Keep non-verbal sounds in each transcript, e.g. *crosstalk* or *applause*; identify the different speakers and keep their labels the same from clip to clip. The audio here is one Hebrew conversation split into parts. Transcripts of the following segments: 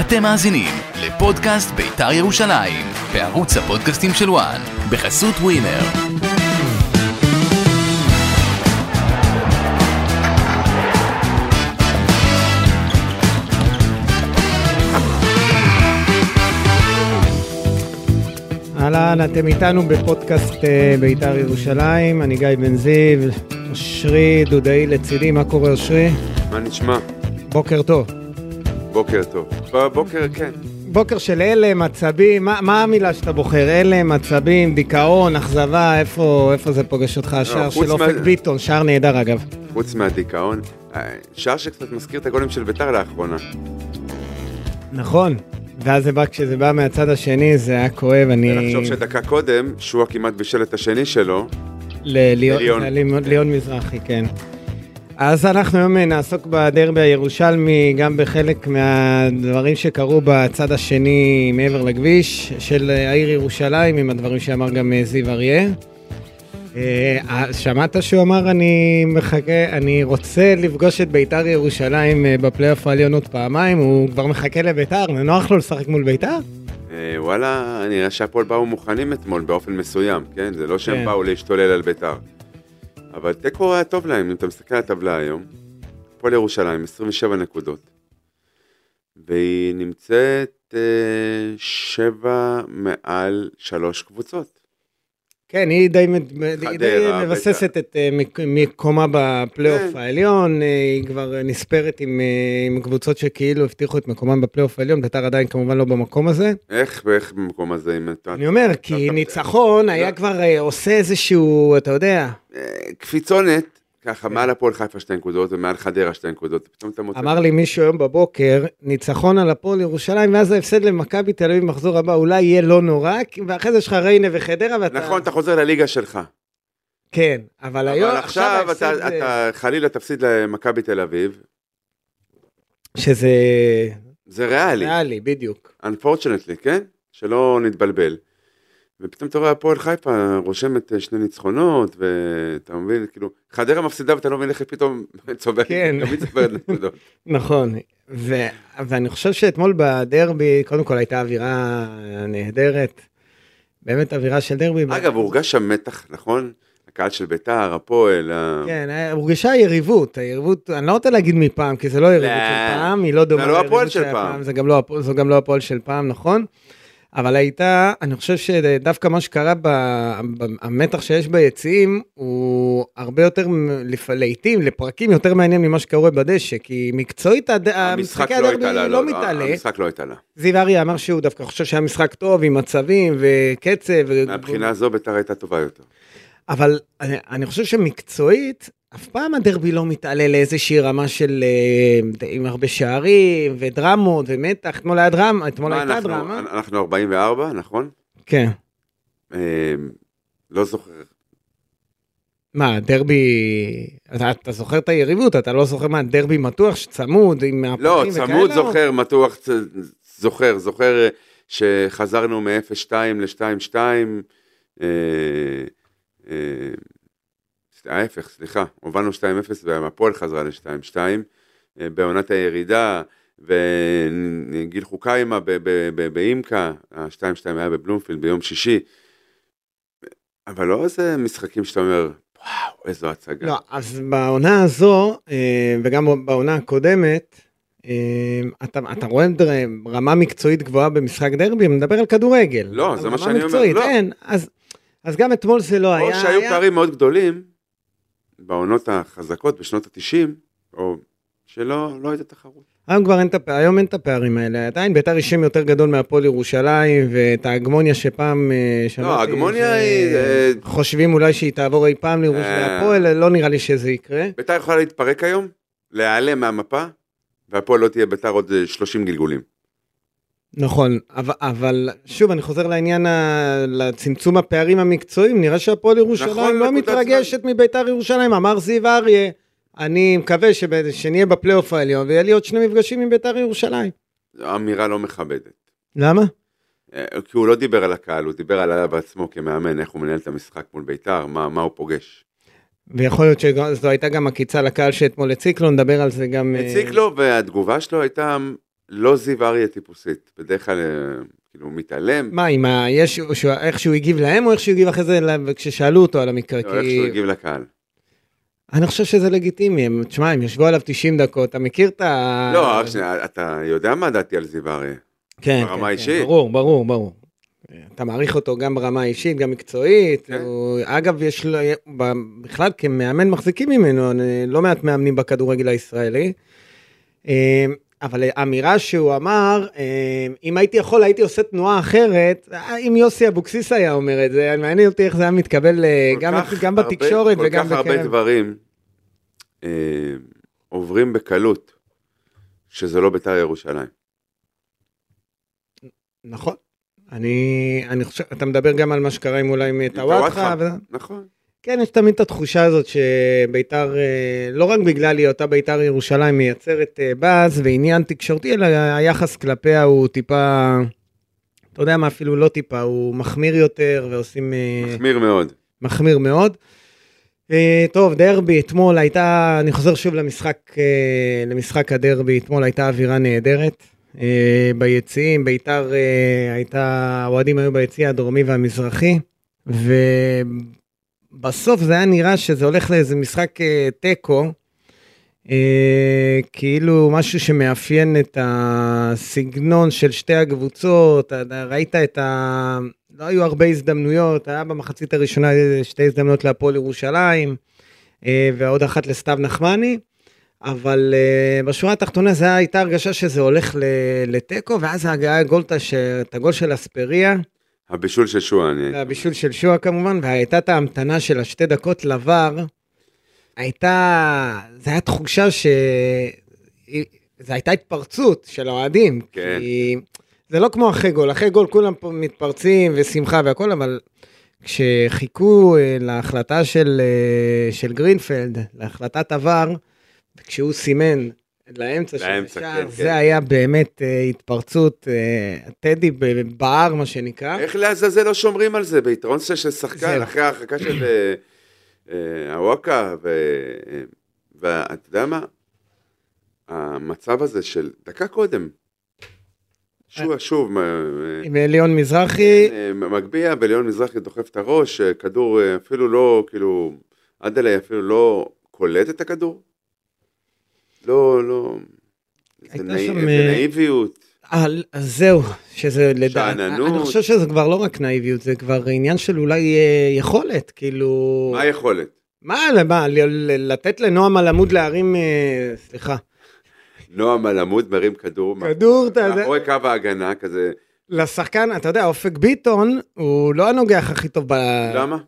Speaker 1: אתם מאזינים לפודקאסט בית"ר ירושלים, בערוץ הפודקאסטים של וואן, בחסות ווינר.
Speaker 2: אהלן, אתם איתנו בפודקאסט אה, בית"ר ירושלים, אני גיא בן זיו, אושרי דודאי לצידי, מה קורה אושרי?
Speaker 3: מה נשמע?
Speaker 2: בוקר טוב.
Speaker 3: בוקר טוב. בבוקר, כן.
Speaker 2: בוקר של הלם, עצבים, מה, מה המילה שאתה בוחר? הלם, עצבים, דיכאון, אכזבה, איפה, איפה זה פוגש אותך? השער
Speaker 3: לא, חוץ
Speaker 2: של אופק
Speaker 3: מה-
Speaker 2: ביטון, שער נהדר אגב.
Speaker 3: חוץ מהדיכאון, אה, שער שקצת מזכיר את הגולים של ביתר לאחרונה.
Speaker 2: נכון. ואז זה בא, כשזה בא מהצד השני, זה היה כואב, אני...
Speaker 3: ולחשוב שדקה קודם, שועה כמעט בישל את השני שלו,
Speaker 2: לליון,
Speaker 3: לליון.
Speaker 2: לליון. ליון מזרחי, כן. אז אנחנו היום אה, נעסוק בדרבי הירושלמי, גם בחלק מהדברים שקרו בצד השני מעבר לכביש של אה, העיר ירושלים, עם הדברים שאמר גם אה, זיו אריה. אה, אה, שמעת שהוא אמר, אני מחכה, אני רוצה לפגוש את ביתר ירושלים אה, בפלייאוף העליון עוד פעמיים, הוא כבר מחכה לביתר, זה נוח לו לשחק מול ביתר?
Speaker 3: אה, וואלה, נראה שהפועל באו מוכנים אתמול באופן מסוים, כן? זה לא
Speaker 2: כן.
Speaker 3: שהם באו להשתולל על ביתר. אבל תיקו היה טוב להם, אם אתה מסתכל על הטבלה היום. הפועל ירושלים, 27 נקודות. והיא נמצאת אה, שבע מעל שלוש קבוצות.
Speaker 2: כן, היא די, מד- היא די
Speaker 3: חדרה,
Speaker 2: מבססת את אה, מק- מקומה בפלייאוף
Speaker 3: כן.
Speaker 2: העליון, אה, היא כבר אה, נספרת עם, אה, עם קבוצות שכאילו הבטיחו את מקומם בפלייאוף העליון, ביתר עדיין כמובן לא במקום הזה.
Speaker 3: איך ואיך במקום הזה אם אתה...
Speaker 2: אני אומר, כי
Speaker 3: *laughs* אתה-
Speaker 2: ניצחון
Speaker 3: לא.
Speaker 2: היה כבר אה, עושה איזשהו, אתה יודע,
Speaker 3: אה, קפיצונת, ככה
Speaker 2: כן.
Speaker 3: מעל הפועל חיפה שתי נקודות ומעל חדרה שתי נקודות, פתאום אתה מוצא...
Speaker 2: אמר לי מישהו היום בבוקר, ניצחון על הפועל ירושלים, ואז ההפסד למכבי תל אביב במחזור הבא אולי יהיה לא נורא, כי- ואחרי זה יש לך ריינה וחדרה, ואתה...
Speaker 3: נכון, אתה חוזר לליגה שלך.
Speaker 2: כן, אבל היום,
Speaker 3: אבל עכשיו אתה,
Speaker 2: ההפסד זה-
Speaker 3: אתה חלילה תפסיד למכבי תל אביב,
Speaker 2: שזה
Speaker 3: זה ריאלי,
Speaker 2: ריאלי, בדיוק.
Speaker 3: unfortunately, כן? שלא נתבלבל. ופתאום אתה רואה הפועל חיפה רושמת אה, שני ניצחונות, ואתה מבין, כאילו, חדרה מפסידה ואתה לא מבין איך היא פתאום *laughs* צוברת,
Speaker 2: כן.
Speaker 3: תמיד צוברת
Speaker 2: *laughs*
Speaker 3: נקודות.
Speaker 2: נכון, ו- ואני חושב שאתמול בדרבי, קודם כל הייתה אווירה נהדרת, באמת אווירה של דרבי.
Speaker 3: אגב, הורגש שם מתח, נכון? הקהל של ביתר, הפועל, ה-
Speaker 2: כן, היה- הורגשה יריבות, היריבות, אני לא רוצה להגיד מפעם, כי זה לא יריבות
Speaker 3: לא.
Speaker 2: של פעם, היא לא דומה
Speaker 3: זה לא הפועל של
Speaker 2: שהיה
Speaker 3: פעם.
Speaker 2: זה גם לא הפועל- זו גם לא הפועל של פעם, נכון? אבל הייתה, אני חושב שדווקא מה שקרה, ב, ב, המתח שיש ביציעים, הוא הרבה יותר, מ- לפ- לעיתים, לפרקים יותר מעניין ממה שקורה בדשא, כי מקצועית, הד-
Speaker 3: המשחק
Speaker 2: המשחקי
Speaker 3: לא הייתה לה,
Speaker 2: הדרבי לא
Speaker 3: לא, לא,
Speaker 2: מתעלה. אוקיי.
Speaker 3: המשחק לא הייתה לה.
Speaker 2: זיו אריה אמר שהוא דווקא חושב שהיה משחק טוב עם מצבים וקצב. ו-
Speaker 3: מהבחינה הזו ביתר הייתה טובה יותר.
Speaker 2: אבל אני, אני חושב שמקצועית, אף פעם הדרבי לא מתעלה לאיזושהי רמה של... אה, עם הרבה שערים ודרמות ומתח. אתמול היה דרמה, אתמול
Speaker 3: מה
Speaker 2: הייתה
Speaker 3: אנחנו?
Speaker 2: דרמה.
Speaker 3: אנ- אנחנו 44, נכון?
Speaker 2: כן.
Speaker 3: אה, לא זוכר.
Speaker 2: מה, הדרבי... אתה, אתה זוכר את היריבות, אתה לא זוכר מה, דרבי מתוח שצמוד עם מהפכים
Speaker 3: לא,
Speaker 2: וכאלה?
Speaker 3: צמוד
Speaker 2: או-
Speaker 3: זוכר, מתוח צ- זוכר, זוכר אה, שחזרנו מ-0-2 ל-2-2. אה, אה, ההפך, סליחה, הובלנו 2-0 והפועל חזרה ל-2-2 אה, בעונת הירידה, וגיל חוקיימה ב- ב- ב- באימקה, ה-2-2 היה בבלומפילד ביום שישי. אבל לא איזה משחקים שאתה אומר, וואו, איזו הצגה.
Speaker 2: לא, אז בעונה הזו, אה, וגם בעונה הקודמת, אה, אתה, אתה רואה דר- רמה מקצועית גבוהה במשחק דרבי, מדבר על כדורגל.
Speaker 3: לא, זה
Speaker 2: אבל
Speaker 3: מה
Speaker 2: רמה
Speaker 3: שאני אומר,
Speaker 2: מקצועית,
Speaker 3: לא.
Speaker 2: אין, אז, אז גם אתמול זה לא
Speaker 3: או
Speaker 2: היה.
Speaker 3: שהיו
Speaker 2: היה-
Speaker 3: פערים מאוד גדולים בעונות החזקות בשנות ה-90, או שלא לא הייתה תחרות.
Speaker 2: היום כבר אין את, הפ- היום אין את הפערים האלה, עדיין ביתר היא שם יותר גדול מהפועל ירושלים, ואת ההגמוניה שפעם... אה, שמעתי
Speaker 3: לא, ההגמוניה
Speaker 2: ש-
Speaker 3: היא, אה,
Speaker 2: חושבים אולי שהיא תעבור אי פעם
Speaker 3: אה.
Speaker 2: לירושלים, הפועל, לא נראה לי שזה יקרה.
Speaker 3: ביתר יכולה להתפרק היום, להיעלם מהמפה, והפועל לא תהיה ביתר עוד אה, 30 גלגולים.
Speaker 2: נכון, אבל, אבל שוב, אני חוזר לעניין, ה... לצמצום הפערים המקצועיים, נראה שהפועל ירושלים
Speaker 3: נכון,
Speaker 2: לא
Speaker 3: נקודת
Speaker 2: מתרגשת מביתר ירושלים, אמר זיו אריה, אני מקווה שב... שנהיה בפלייאוף העליון ויהיה לי עוד שני מפגשים עם ביתר ירושלים.
Speaker 3: זו אמירה לא מכבדת.
Speaker 2: למה?
Speaker 3: אה, כי הוא לא דיבר על הקהל, הוא דיבר עליו עצמו כמאמן, איך הוא מנהל את המשחק מול ביתר, מה, מה הוא פוגש.
Speaker 2: ויכול להיות שזו הייתה גם עקיצה לקהל שאתמול הציק לו, נדבר על זה גם... אה,
Speaker 3: הציק לו, והתגובה שלו הייתה לא זיו אריה טיפוסית, בדרך כלל אה, כאילו הוא מתעלם,
Speaker 2: מה, אם ה... יש... שהוא... איך שהוא הגיב להם, או איך שהוא הגיב אחרי זה, ל- כששאלו אותו על המקרה?
Speaker 3: או לא, איך
Speaker 2: כי...
Speaker 3: שהוא הגיב לקהל.
Speaker 2: אני חושב שזה לגיטימי, הם- תשמע, הם ישבו עליו 90 דקות, אתה מכיר את ה...
Speaker 3: לא, רק שנייה, אתה יודע מה דעתי על זיו אריה.
Speaker 2: כן,
Speaker 3: ברמה
Speaker 2: כן,
Speaker 3: האישית.
Speaker 2: כן, ברור, ברור, ברור. אתה מעריך אותו גם ברמה האישית, גם מקצועית.
Speaker 3: כן.
Speaker 2: הוא, אגב, יש לו, ב- בכלל כמאמן מחזיקים ממנו, אני- לא מעט מאמנים בכדורגל הישראלי. אה, אבל האמירה שהוא אמר, אה, אם הייתי יכול הייתי עושה תנועה אחרת, אה, אם יוסי אבוקסיס היה אומר את זה, מעניין אותי איך זה היה מתקבל אה,
Speaker 3: כל
Speaker 2: גם,
Speaker 3: כך
Speaker 2: גם
Speaker 3: הרבה-
Speaker 2: בתקשורת וגם
Speaker 3: כל כך הרבה
Speaker 2: בקרב.
Speaker 3: דברים אה, עוברים בקלות, שזה לא בית"ר ירושלים.
Speaker 2: נכון. אני, אני חושב, אתה מדבר גם על מה שקרה עם אולי עם טוואטחה.
Speaker 3: טוואטחה.
Speaker 2: וזה-
Speaker 3: נכון.
Speaker 2: כן, יש תמיד את התחושה הזאת שביתר, אה, לא רק בגלל היותה ביתר ירושלים מייצרת אה, באז ועניין תקשורתי, אלא היחס כלפיה הוא טיפה, אתה יודע מה, אפילו לא טיפה, הוא מחמיר יותר ועושים... אה,
Speaker 3: מחמיר מאוד.
Speaker 2: מחמיר מאוד. אה, טוב, דרבי, אתמול הייתה, אני חוזר שוב למשחק, אה, למשחק הדרבי, אתמול הייתה אווירה נהדרת. אה, ביציעים, ביתר אה, הייתה, האוהדים היו ביציע הדרומי והמזרחי, ובסוף זה היה נראה שזה הולך לאיזה משחק אה, תיקו, אה, כאילו משהו שמאפיין את הסגנון של שתי הקבוצות, אתה יודע, ראית את ה... לא היו הרבה הזדמנויות, היה במחצית הראשונה שתי הזדמנויות להפועל ירושלים, אה, ועוד אחת לסתיו נחמני, אבל אה, בשורה התחתונה זו הייתה הרגשה שזה הולך ל- לתיקו, ואז הגעה גולטה, ש- את הגול של אספריה,
Speaker 3: הבישול של שועה, אני...
Speaker 2: והבישול של שועה כמובן, והייתה את ההמתנה של השתי דקות לבר, הייתה, זו הייתה תחושה ש... זו הייתה התפרצות של האוהדים.
Speaker 3: כן.
Speaker 2: כי זה לא כמו אחרי גול, אחרי גול כולם פה מתפרצים ושמחה והכל, אבל כשחיכו אה, להחלטה של, אה, של גרינפלד, להחלטת עבר, וכשהוא סימן לאמצע של
Speaker 3: לאמצע,
Speaker 2: השער,
Speaker 3: כן,
Speaker 2: זה
Speaker 3: כן.
Speaker 2: היה באמת אה, התפרצות, אה, טדי ב- בער מה שנקרא.
Speaker 3: איך לעזאזל לא שומרים על זה? ביתרון של של שחקן,
Speaker 2: זהו.
Speaker 3: אחרי ההרחקה של אה, אה, הוואקה, ו- ואתה יודע מה? המצב הזה של דקה קודם, שועה שוב, אה, אה,
Speaker 2: עם עליון מזרחי,
Speaker 3: אה, מגביה, וליאון מזרחי דוחף את הראש, אה, כדור אה, אפילו לא, כאילו, אדלי אפילו לא קולט את הכדור. לא, לא. זה
Speaker 2: הייתה
Speaker 3: נאי-
Speaker 2: שם,
Speaker 3: זה
Speaker 2: אה,
Speaker 3: נאיביות.
Speaker 2: על, אז אה, זהו, שזה לדעת,
Speaker 3: שאננות.
Speaker 2: אני חושב שזה כבר לא רק נאיביות, זה כבר עניין של אולי אה, יכולת, כאילו,
Speaker 3: מה היכולת?
Speaker 2: מה, למה, ל- ל- לתת לנועם הלמוד להרים, אה, סליחה,
Speaker 3: נועם מלמוד מרים כדור.
Speaker 2: כדור, אתה יודע,
Speaker 3: מאחורי קו ההגנה כזה,
Speaker 2: לשחקן, אתה יודע, אופק ביטון, הוא לא הנוגח הכי טוב ב...
Speaker 3: למה?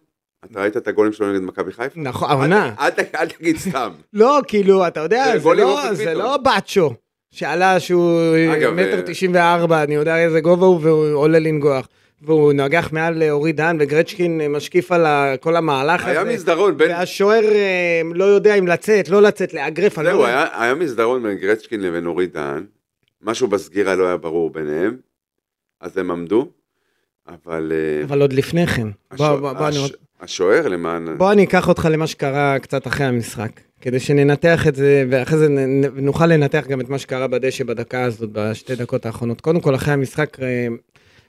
Speaker 3: אתה ראית את הגולים שלו נגד מכבי חיפה?
Speaker 2: נכון, העונה.
Speaker 3: אל ת- אל תגיד
Speaker 2: *laughs*
Speaker 3: סתם.
Speaker 2: לא, כאילו, אתה יודע,
Speaker 3: זה
Speaker 2: זה
Speaker 3: גול עם
Speaker 2: לא-
Speaker 3: אופק
Speaker 2: זה
Speaker 3: ביטון.
Speaker 2: לא באצ'ו, שעלה שהוא
Speaker 3: אגב,
Speaker 2: מטר
Speaker 3: אה,
Speaker 2: תשעים וארבע, אני יודע איזה גובה הוא, והוא עולה לנגוח. והוא נגח מעל אה, אורי דהן, וגרצ'קין אה, משקיף על ה- כל המהלך הזה.
Speaker 3: היה מסדרון בין...
Speaker 2: והשוער אה, לא יודע אם לצאת, לא לצאת, לאגרף. אני לא
Speaker 3: זהו,
Speaker 2: יודע.
Speaker 3: היה- היה מסדרון בין גרצ'קין לבין אורי דהן, משהו בסגירה לא היה ברור ביניהם, אז הם עמדו, אבל... אה,
Speaker 2: אבל עוד לפני כן. בוא,
Speaker 3: השוע-
Speaker 2: בוא, בוא, אני
Speaker 3: הש-
Speaker 2: עוד-
Speaker 3: השוער למען...
Speaker 2: בוא אני אקח אותך למה שקרה קצת אחרי המשחק, כדי שננתח את זה, ואחרי זה נ- נ- נוכל לנתח גם את מה שקרה בדשא בדקה הזאת, בשתי דקות האחרונות. קודם כל, אחרי המשחק, אה,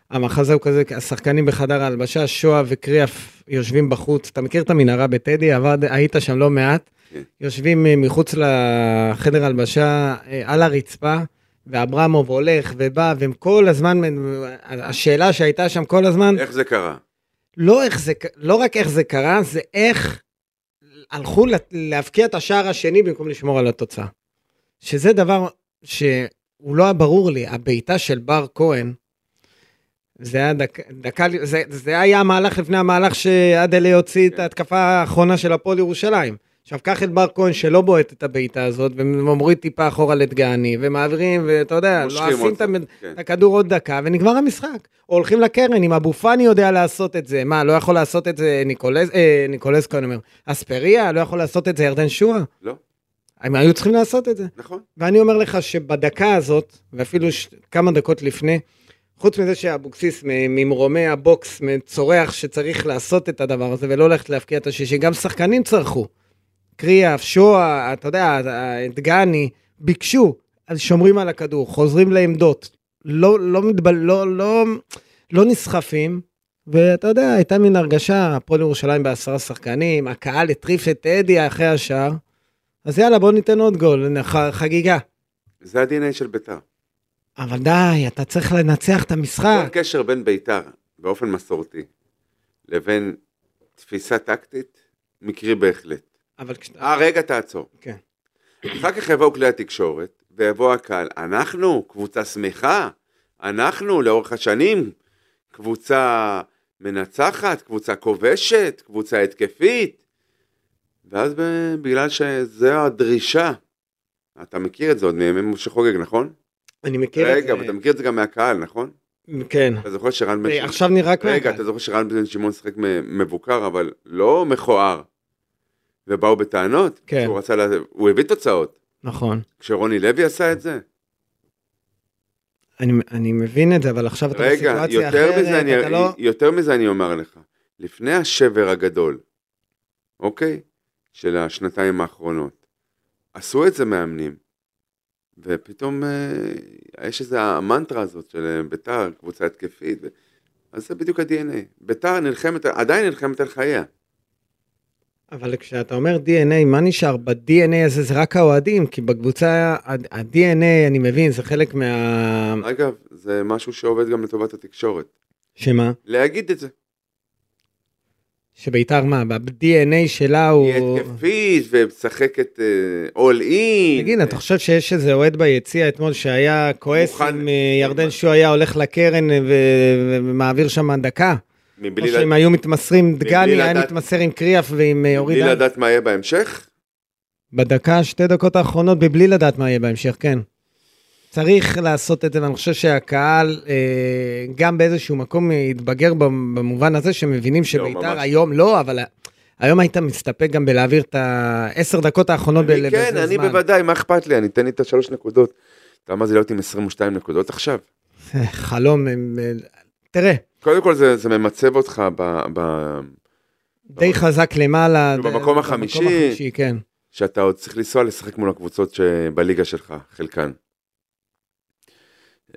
Speaker 2: המחזה הוא כזה, השחקנים בחדר ההלבשה, שואה וקריאף יושבים בחוץ. אתה מכיר את המנהרה בטדי? עבד, היית שם לא מעט.
Speaker 3: כן.
Speaker 2: יושבים אה, מחוץ לחדר הלבשה, אה, על הרצפה. ואברמוב הולך ובא, והם כל הזמן, אה, השאלה שהייתה שם כל הזמן,
Speaker 3: איך זה קרה?
Speaker 2: לא, איך זה, ק- לא רק איך זה קרה, זה איך הלכו לה- להבקיע את השער השני במקום לשמור על התוצאה. שזה דבר שהוא לא היה ברור לי, הבעיטה של בר כהן, זה היה דק, דקה, זה, זה היה המהלך לפני המהלך שעדלי הוציא את
Speaker 3: כן.
Speaker 2: ההתקפה האחרונה של הפועל ירושלים. עכשיו, קח את בר כהן שלא בועט את הבעיטה הזאת, ומוריד טיפה אחורה לדגני, ומעבירים, ואתה יודע, לא
Speaker 3: מושכים
Speaker 2: עשים את
Speaker 3: אותו,
Speaker 2: המד...
Speaker 3: כן.
Speaker 2: את הכדור עוד דקה ונגמר המשחק. או הולכים לקרן, אם אבו פאני יודע לעשות את זה, מה, לא יכול לעשות את זה ניקולס, אה, ניקולסקו, אני אומר, אספריה, לא יכול לעשות את זה ירדן שואה?
Speaker 3: לא,
Speaker 2: הם היו צריכים לעשות את זה.
Speaker 3: נכון.
Speaker 2: ואני אומר לך שבדקה הזאת, ואפילו ש... כמה דקות לפני, חוץ מזה שאבוקסיס מ- ממרומי הבוקס צורח שצריך לעשות את הדבר הזה ולא ללכת להפקיע את השישי, גם שחקנים צרחו. קריאף, שואה, אתה יודע, דגני, ביקשו, אז שומרים על הכדור, חוזרים לעמדות, לא, לא, מתבל, לא, לא, לא נסחפים, ואתה יודע, הייתה מין הרגשה, הפועל ירושלים בעשרה שחקנים, הקהל הטריף את אדי אחרי השער, אז יאללה, בוא ניתן עוד גול, הנה, ח, חגיגה.
Speaker 3: זה ה-DNA של ביתר.
Speaker 2: אבל די, אתה צריך לנצח את
Speaker 3: כל
Speaker 2: המשחק.
Speaker 3: קשר בין ביתר, באופן מסורתי, לבין תפיסה טקטית, מקרי בהחלט.
Speaker 2: אבל כשאתה...
Speaker 3: אה, רגע, תעצור.
Speaker 2: כן.
Speaker 3: אחר כך יבואו כלי התקשורת, ויבוא הקהל. אנחנו קבוצה שמחה, אנחנו לאורך השנים קבוצה מנצחת, קבוצה כובשת, קבוצה התקפית. ואז ב- בגלל שזו הדרישה, אתה מכיר את זה עוד מימים משה חוגג, נכון?
Speaker 2: אני מכיר את
Speaker 3: רגע,
Speaker 2: זה.
Speaker 3: ואתה מכיר את זה גם מהקהל, נכון?
Speaker 2: כן.
Speaker 3: אתה זוכר שרן בן שמעון...
Speaker 2: עכשיו נראה כמו...
Speaker 3: רגע, אתה זוכר שרן בן שמעון שיחק מ- מבוקר, אבל לא מכוער. ובאו בטענות?
Speaker 2: כן.
Speaker 3: שהוא רצה ל... הוא הביא תוצאות.
Speaker 2: נכון.
Speaker 3: כשרוני לוי עשה את זה?
Speaker 2: אני, אני מבין את זה, אבל עכשיו אתה
Speaker 3: רגע,
Speaker 2: בסיטואציה אחרת,
Speaker 3: יותר מזה, אני, אה,
Speaker 2: אתה לא...
Speaker 3: יותר מזה אני אומר לך. לפני השבר הגדול, אוקיי? של השנתיים האחרונות, עשו את זה מאמנים. ופתאום אה, יש איזה המנטרה הזאת של אה, ביתר, קבוצה התקפית. ו... אז זה בדיוק ה-DNA. ביתר נלחמת, עדיין נלחמת על חייה.
Speaker 2: אבל כשאתה אומר DNA, מה נשאר? ב-DNA הזה זה רק האוהדים, כי בקבוצה, ה- ה-DNA, אני מבין, זה חלק מה...
Speaker 3: אגב, זה משהו שעובד גם לטובת התקשורת.
Speaker 2: שמה?
Speaker 3: להגיד את זה.
Speaker 2: שביתר מה? ב-DNA שלה הוא...
Speaker 3: היא התקפית ומשחקת אול אין.
Speaker 2: תגיד, אתה חושב שיש איזה אוהד ביציע אתמול שהיה כועס
Speaker 3: מוכן-
Speaker 2: אם אה, ירדן שהוא היה הולך לקרן אה, ו- ומעביר שם דקה? או
Speaker 3: מבלי לדעת-
Speaker 2: שהם היו מתמסרים, דגני היה
Speaker 3: לדעת-
Speaker 2: מתמסר עם קריאף ועם אה, אורי
Speaker 3: בלי
Speaker 2: דן?
Speaker 3: לדעת מה יהיה בהמשך?
Speaker 2: בדקה, שתי דקות האחרונות, מבלי לדעת מה יהיה בהמשך, כן. צריך לעשות את זה, ואני חושב שהקהל אה, גם באיזשהו מקום יתבגר במ- במובן הזה שמבינים שביתר
Speaker 3: ממש.
Speaker 2: היום לא, אבל ה- היום היית מסתפק גם בלהעביר את העשר דקות האחרונות
Speaker 3: אני
Speaker 2: ב-
Speaker 3: כן,
Speaker 2: באיזה
Speaker 3: אני
Speaker 2: לא זמן.
Speaker 3: בוודאי, מה אכפת לי? אני אתן לי את השלוש נקודות. אתה מה זה להיות עם 22 נקודות עכשיו?
Speaker 2: חלום, הם, אה, תראה,
Speaker 3: קודם כל זה זה ממצב אותך ב- ב-
Speaker 2: די חזק למעלה.
Speaker 3: במקום
Speaker 2: ד- במקום
Speaker 3: החמישי.
Speaker 2: החמישי, כן.
Speaker 3: שאתה עוד צריך לנסוע לשחק מול הקבוצות שבליגה שלך, חלקן.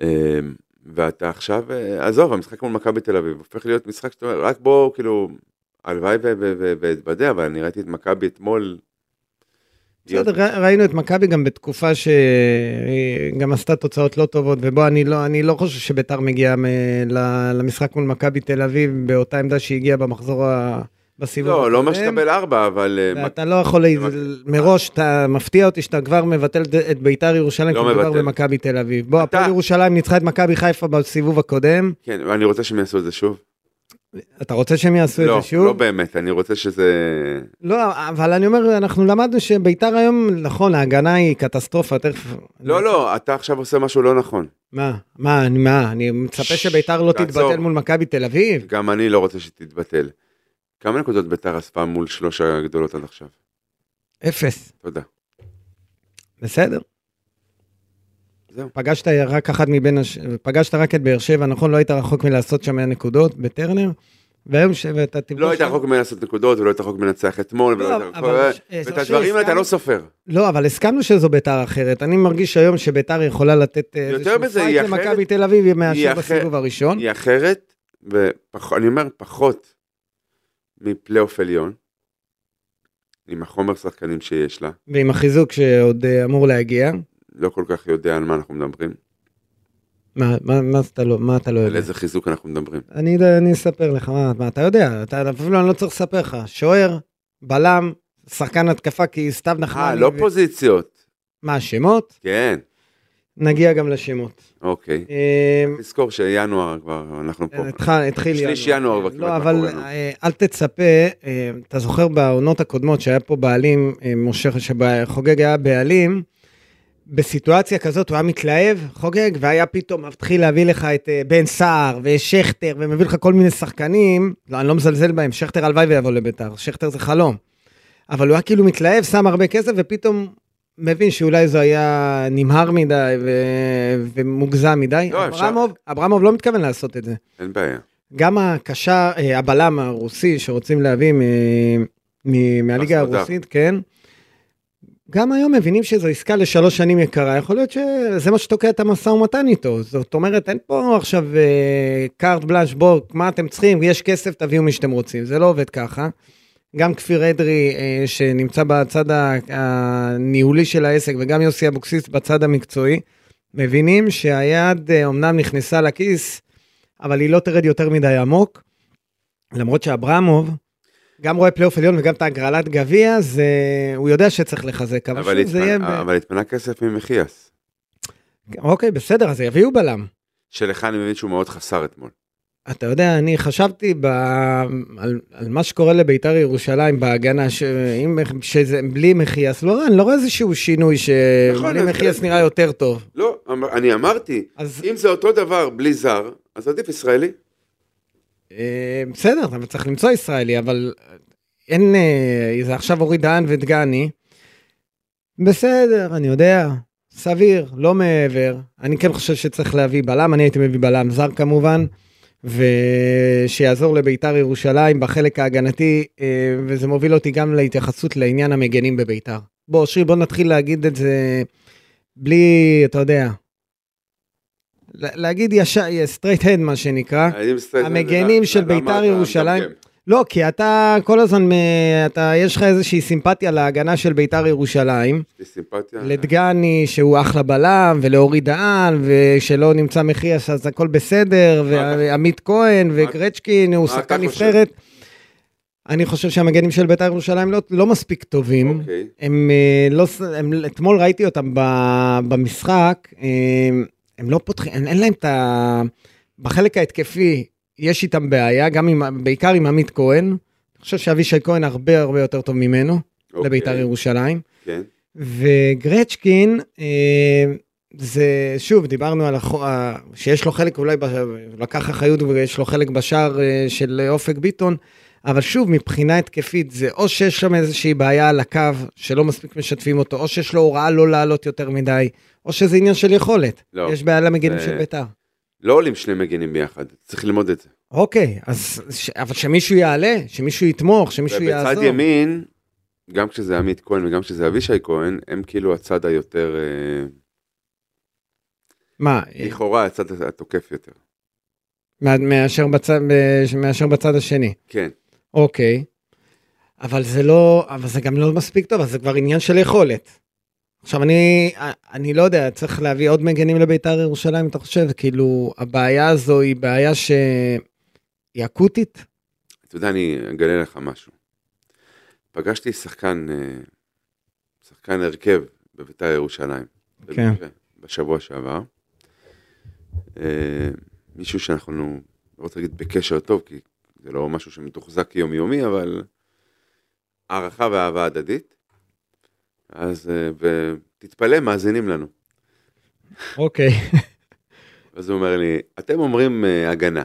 Speaker 3: אמ, ואתה עכשיו, אה, עזוב, המשחק מול מכבי תל אביב הופך להיות משחק שאתה אומר, רק בוא, כאילו, הלוואי ו- ו- ו- ואתבדע, אבל אני ראיתי את מכבי אתמול.
Speaker 2: בסדר, אה, ר- ראינו את מכבי גם בתקופה שגם עשתה תוצאות לא טובות, ובוא, אני לא, אני לא חושב שביתר מגיעה מ- ל- למשחק מול מכבי תל אביב באותה עמדה שהגיעה במחזור, ה... בסיבוב
Speaker 3: לא, לא
Speaker 2: הקודם.
Speaker 3: אומר שתקבל ארבע, אבל אה,
Speaker 2: ואתה לא יכול, לה- מראש אתה מפתיע אותי שאתה כבר מבטל את- את ביתר ירושלים,
Speaker 3: לא
Speaker 2: כי מדובר
Speaker 3: מבטל.
Speaker 2: במכבי תל אביב. בוא,
Speaker 3: אתה-
Speaker 2: הפועל ירושלים ניצחה את מכבי חיפה בסיבוב הקודם,
Speaker 3: כן, ואני רוצה שהם יעשו את זה שוב.
Speaker 2: אתה רוצה שהם יעשו את
Speaker 3: לא,
Speaker 2: זה שוב?
Speaker 3: לא באמת, אני רוצה שזה...
Speaker 2: לא, אבל אני אומר, אנחנו למדנו שביתר היום, נכון, ההגנה היא קטסטרופה, תכף...
Speaker 3: לא, לא, אתה עכשיו עושה משהו לא נכון.
Speaker 2: מה? מה? אני, מה? אני מצפה שביתר לא
Speaker 3: תעצור.
Speaker 2: תתבטל מול מכבי תל אביב?
Speaker 3: גם אני לא רוצה שתתבטל. כמה נקודות ביתר אספה מול שלוש הגדולות עד עכשיו?
Speaker 2: אפס.
Speaker 3: תודה.
Speaker 2: בסדר.
Speaker 3: זהו.
Speaker 2: פגשת רק אחת מבין הש... פגשת רק את באר שבע, נכון? לא היית רחוק מלעשות שם נקודות בטרנר? והיום ש... ואתה תפגוש...
Speaker 3: לא היית רחוק מלעשות נקודות, ולא היית רחוק מלנצח אתמול, ולא
Speaker 2: לא,
Speaker 3: היית רחוק...
Speaker 2: אבל ש-
Speaker 3: ואת
Speaker 2: אה,
Speaker 3: הדברים האלה אתה
Speaker 2: שהסכמנו-
Speaker 3: לא סופר.
Speaker 2: לא, אבל הסכמנו שזו ביתר אחרת. אני מרגיש היום שביתר יכולה לתת אה,
Speaker 3: יותר
Speaker 2: איזשהו
Speaker 3: מזה, היא
Speaker 2: פייט
Speaker 3: אחרת.
Speaker 2: למכבי תל אביב
Speaker 3: היא
Speaker 2: מאשר
Speaker 3: אחרת.
Speaker 2: בסיבוב הראשון.
Speaker 3: היא אחרת, ואני אומר, פחות מפלייאוף עליון, עם החומר שחקנים שיש לה,
Speaker 2: ועם החיזוק שעוד אה, אמור להגיע.
Speaker 3: לא כל כך יודע על מה אנחנו מדברים,
Speaker 2: אוקיי. מה, מה, מה, אתה לא, מה אתה לא
Speaker 3: על
Speaker 2: יודע?
Speaker 3: איזה חיזוק אנחנו מדברים.
Speaker 2: אני, אני אספר לך, מה, מה אתה יודע, אתה, אפילו אני לא צריך לספר לך, שוער, בלם, שחקן התקפה, כי סתיו נחמני.
Speaker 3: אה, לא
Speaker 2: ו-
Speaker 3: פוזיציות.
Speaker 2: מה, השמות?
Speaker 3: כן,
Speaker 2: נגיע גם לשמות.
Speaker 3: אוקיי.
Speaker 2: אה,
Speaker 3: תזכור שינואר כבר, אנחנו פה.
Speaker 2: התח- כן, התחיל ינואר.
Speaker 3: שליש ינואר כבר
Speaker 2: לא,
Speaker 3: כמעט
Speaker 2: אבל
Speaker 3: מאחורינו.
Speaker 2: אה, אל תצפה, אה, אתה זוכר בעונות הקודמות שהיה פה בעלים, אה, משה, שחוגג היה בעלים, בסיטואציה כזאת הוא היה מתלהב, חוגג, והיה פתאום מתחיל להביא לך את אה, בן סער ושכטר, ומביא לך כל מיני שחקנים, לא, אני לא מזלזל בהם, שכטר הלוואי ויבוא לביתר, שכטר זה חלום. אבל הוא היה כאילו מתלהב, שם הרבה כסף, ופתאום מבין שאולי זה היה נמהר מדי ו... ומוגזם מדי.
Speaker 3: לא, אפשר-
Speaker 2: אברמוב, אברמוב לא מתכוון לעשות את זה.
Speaker 3: אין בעיה.
Speaker 2: גם הקשר, אה, הבלם הרוסי שרוצים להביא מ- מ- מהליגה
Speaker 3: אסמודר.
Speaker 2: הרוסית, כן, גם היום מבינים שזו עסקה לשלוש שנים יקרה, יכול להיות שזה מה שתוקע את המשא ומתן איתו. זאת אומרת, אין פה עכשיו אה, קארט בלאש בורק, מה אתם צריכים, יש כסף, תביאו מי שאתם רוצים. זה לא עובד ככה. גם כפיר אדרי, אה, שנמצא בצד ה- הניהולי של העסק, וגם יוסי אבוקסיס בצד המקצועי, מבינים שהיד אה, אומנם נכנסה לכיס, אבל היא לא תרד יותר מדי עמוק. למרות שאברמוב, גם רואה פלייאוף עליון וגם את הגרלת גביע, זה... הוא יודע שצריך לחזק, אבל,
Speaker 3: אבל אה,
Speaker 2: שוב זה יהיה... ב...
Speaker 3: התמנה- אבל התמנה כסף ממחיאס,
Speaker 2: אוקיי, בסדר, אז יביאו בלם.
Speaker 3: שלך אני מבין שהוא מאוד חסר אתמול.
Speaker 2: אתה יודע, אני חשבתי ב... על, על מה שקורה לביתר ירושלים בהגנה, ש... אם... שזה בלי מחיאס, לא, אני לא רואה איזשהו שינוי שבלי
Speaker 3: נכון,
Speaker 2: נכון,
Speaker 3: אז-
Speaker 2: מחיאס נראה יותר טוב.
Speaker 3: לא, אמר- אני אמרתי,
Speaker 2: אז
Speaker 3: אם זה אותו דבר בלי זר, אז עדיף ישראלי.
Speaker 2: אה, בסדר, אבל צריך למצוא ישראלי, אבל אין... אה, זה עכשיו אורי דהן ודגני. בסדר, אני יודע, סביר, לא מעבר. אני כן חושב שצריך להביא בלם, אני הייתי מביא בלם זר כמובן, ושיעזור לביתר ירושלים בחלק ההגנתי, אה, וזה מוביל אותי גם להתייחסות לעניין המגנים בביתר. בוא, אושרי, בוא נתחיל להגיד את זה בלי, אתה יודע, לה- להגיד ישר, straight head מה שנקרא.
Speaker 3: אני מסתכל-
Speaker 2: אה, המגנים של
Speaker 3: למה
Speaker 2: בית"ר
Speaker 3: אתה
Speaker 2: ירושלים-
Speaker 3: מגמגם?
Speaker 2: לא, כי אתה כל הזמן, מ- אתה, יש לך איזושהי סימפתיה להגנה של ביתר ירושלים,
Speaker 3: יש לי סימפתיה.
Speaker 2: לדגני שהוא אחלה בלם, ולאורי דהן, ושלא נמצא מחייס אז הכל בסדר,
Speaker 3: מה אתה-
Speaker 2: ועמית כהן, וגרצ'קין הוא
Speaker 3: מה אתה
Speaker 2: שחקן
Speaker 3: חושב?
Speaker 2: נבחרת. אני חושב שהמגנים של ביתר ירושלים לא, לא מספיק טובים.
Speaker 3: אוקיי.
Speaker 2: הם אה, לא, ס- הם, אתמול ראיתי אותם ב, במשחק, אה, הם לא פותחים, אין, אין להם את ה... בחלק ההתקפי יש איתם בעיה, גם עם, בעיקר עם עמית כהן. אני חושב שאבישי כהן הרבה הרבה יותר טוב ממנו,
Speaker 3: אוקיי,
Speaker 2: לבית"ר ירושלים.
Speaker 3: כן.
Speaker 2: וגרצ'קין, אה, זה, שוב, דיברנו על החו... ה- שיש לו חלק, אולי בש... הוא לקח אחריות ויש לו חלק בשער אה, של אופק ביטון, אבל שוב, מבחינה התקפית, זה או שיש שם איזושהי בעיה על הקו, שלא מספיק משתפים אותו, או שיש לו הוראה לא לעלות יותר מדי, או שזה עניין של יכולת.
Speaker 3: לא.
Speaker 2: יש בעיה למגינים
Speaker 3: זה-
Speaker 2: של בית"ר.
Speaker 3: לא עולים שני מגנים ביחד, צריך ללמוד את זה.
Speaker 2: אוקיי, אז, ש... אבל שמישהו יעלה, שמישהו יתמוך, שמישהו יעזור.
Speaker 3: ובצד ימין, גם כשזה עמית כהן וגם כשזה אבישי כהן, הם כאילו הצד היותר, אה,
Speaker 2: מה,
Speaker 3: לכאורה הצד התוקף יותר.
Speaker 2: מה- מאשר בצד, אה, מאשר בצד השני.
Speaker 3: כן.
Speaker 2: אוקיי. אבל זה לא, אבל זה גם לא מספיק טוב, אז זה כבר עניין של יכולת. עכשיו אני, אני לא יודע, צריך להביא עוד מגנים לביתר ירושלים, אתה חושב? כאילו, הבעיה הזו היא בעיה שהיא אקוטית?
Speaker 3: אתה יודע, אני אגלה לך משהו. פגשתי שחקן, אה, שחקן הרכב בבית"ר ירושלים.
Speaker 2: כן.
Speaker 3: במקרה, בשבוע שעבר. אה, מישהו שאנחנו, לא רוצה להגיד בקשר טוב, כי זה לא משהו שמתוחזק יומיומי, אבל הערכה ואהבה הדדית. אז, אה, ותתפלא, מאזינים לנו.
Speaker 2: אוקיי.
Speaker 3: אז הוא אומר לי, אתם אומרים אה, הגנה.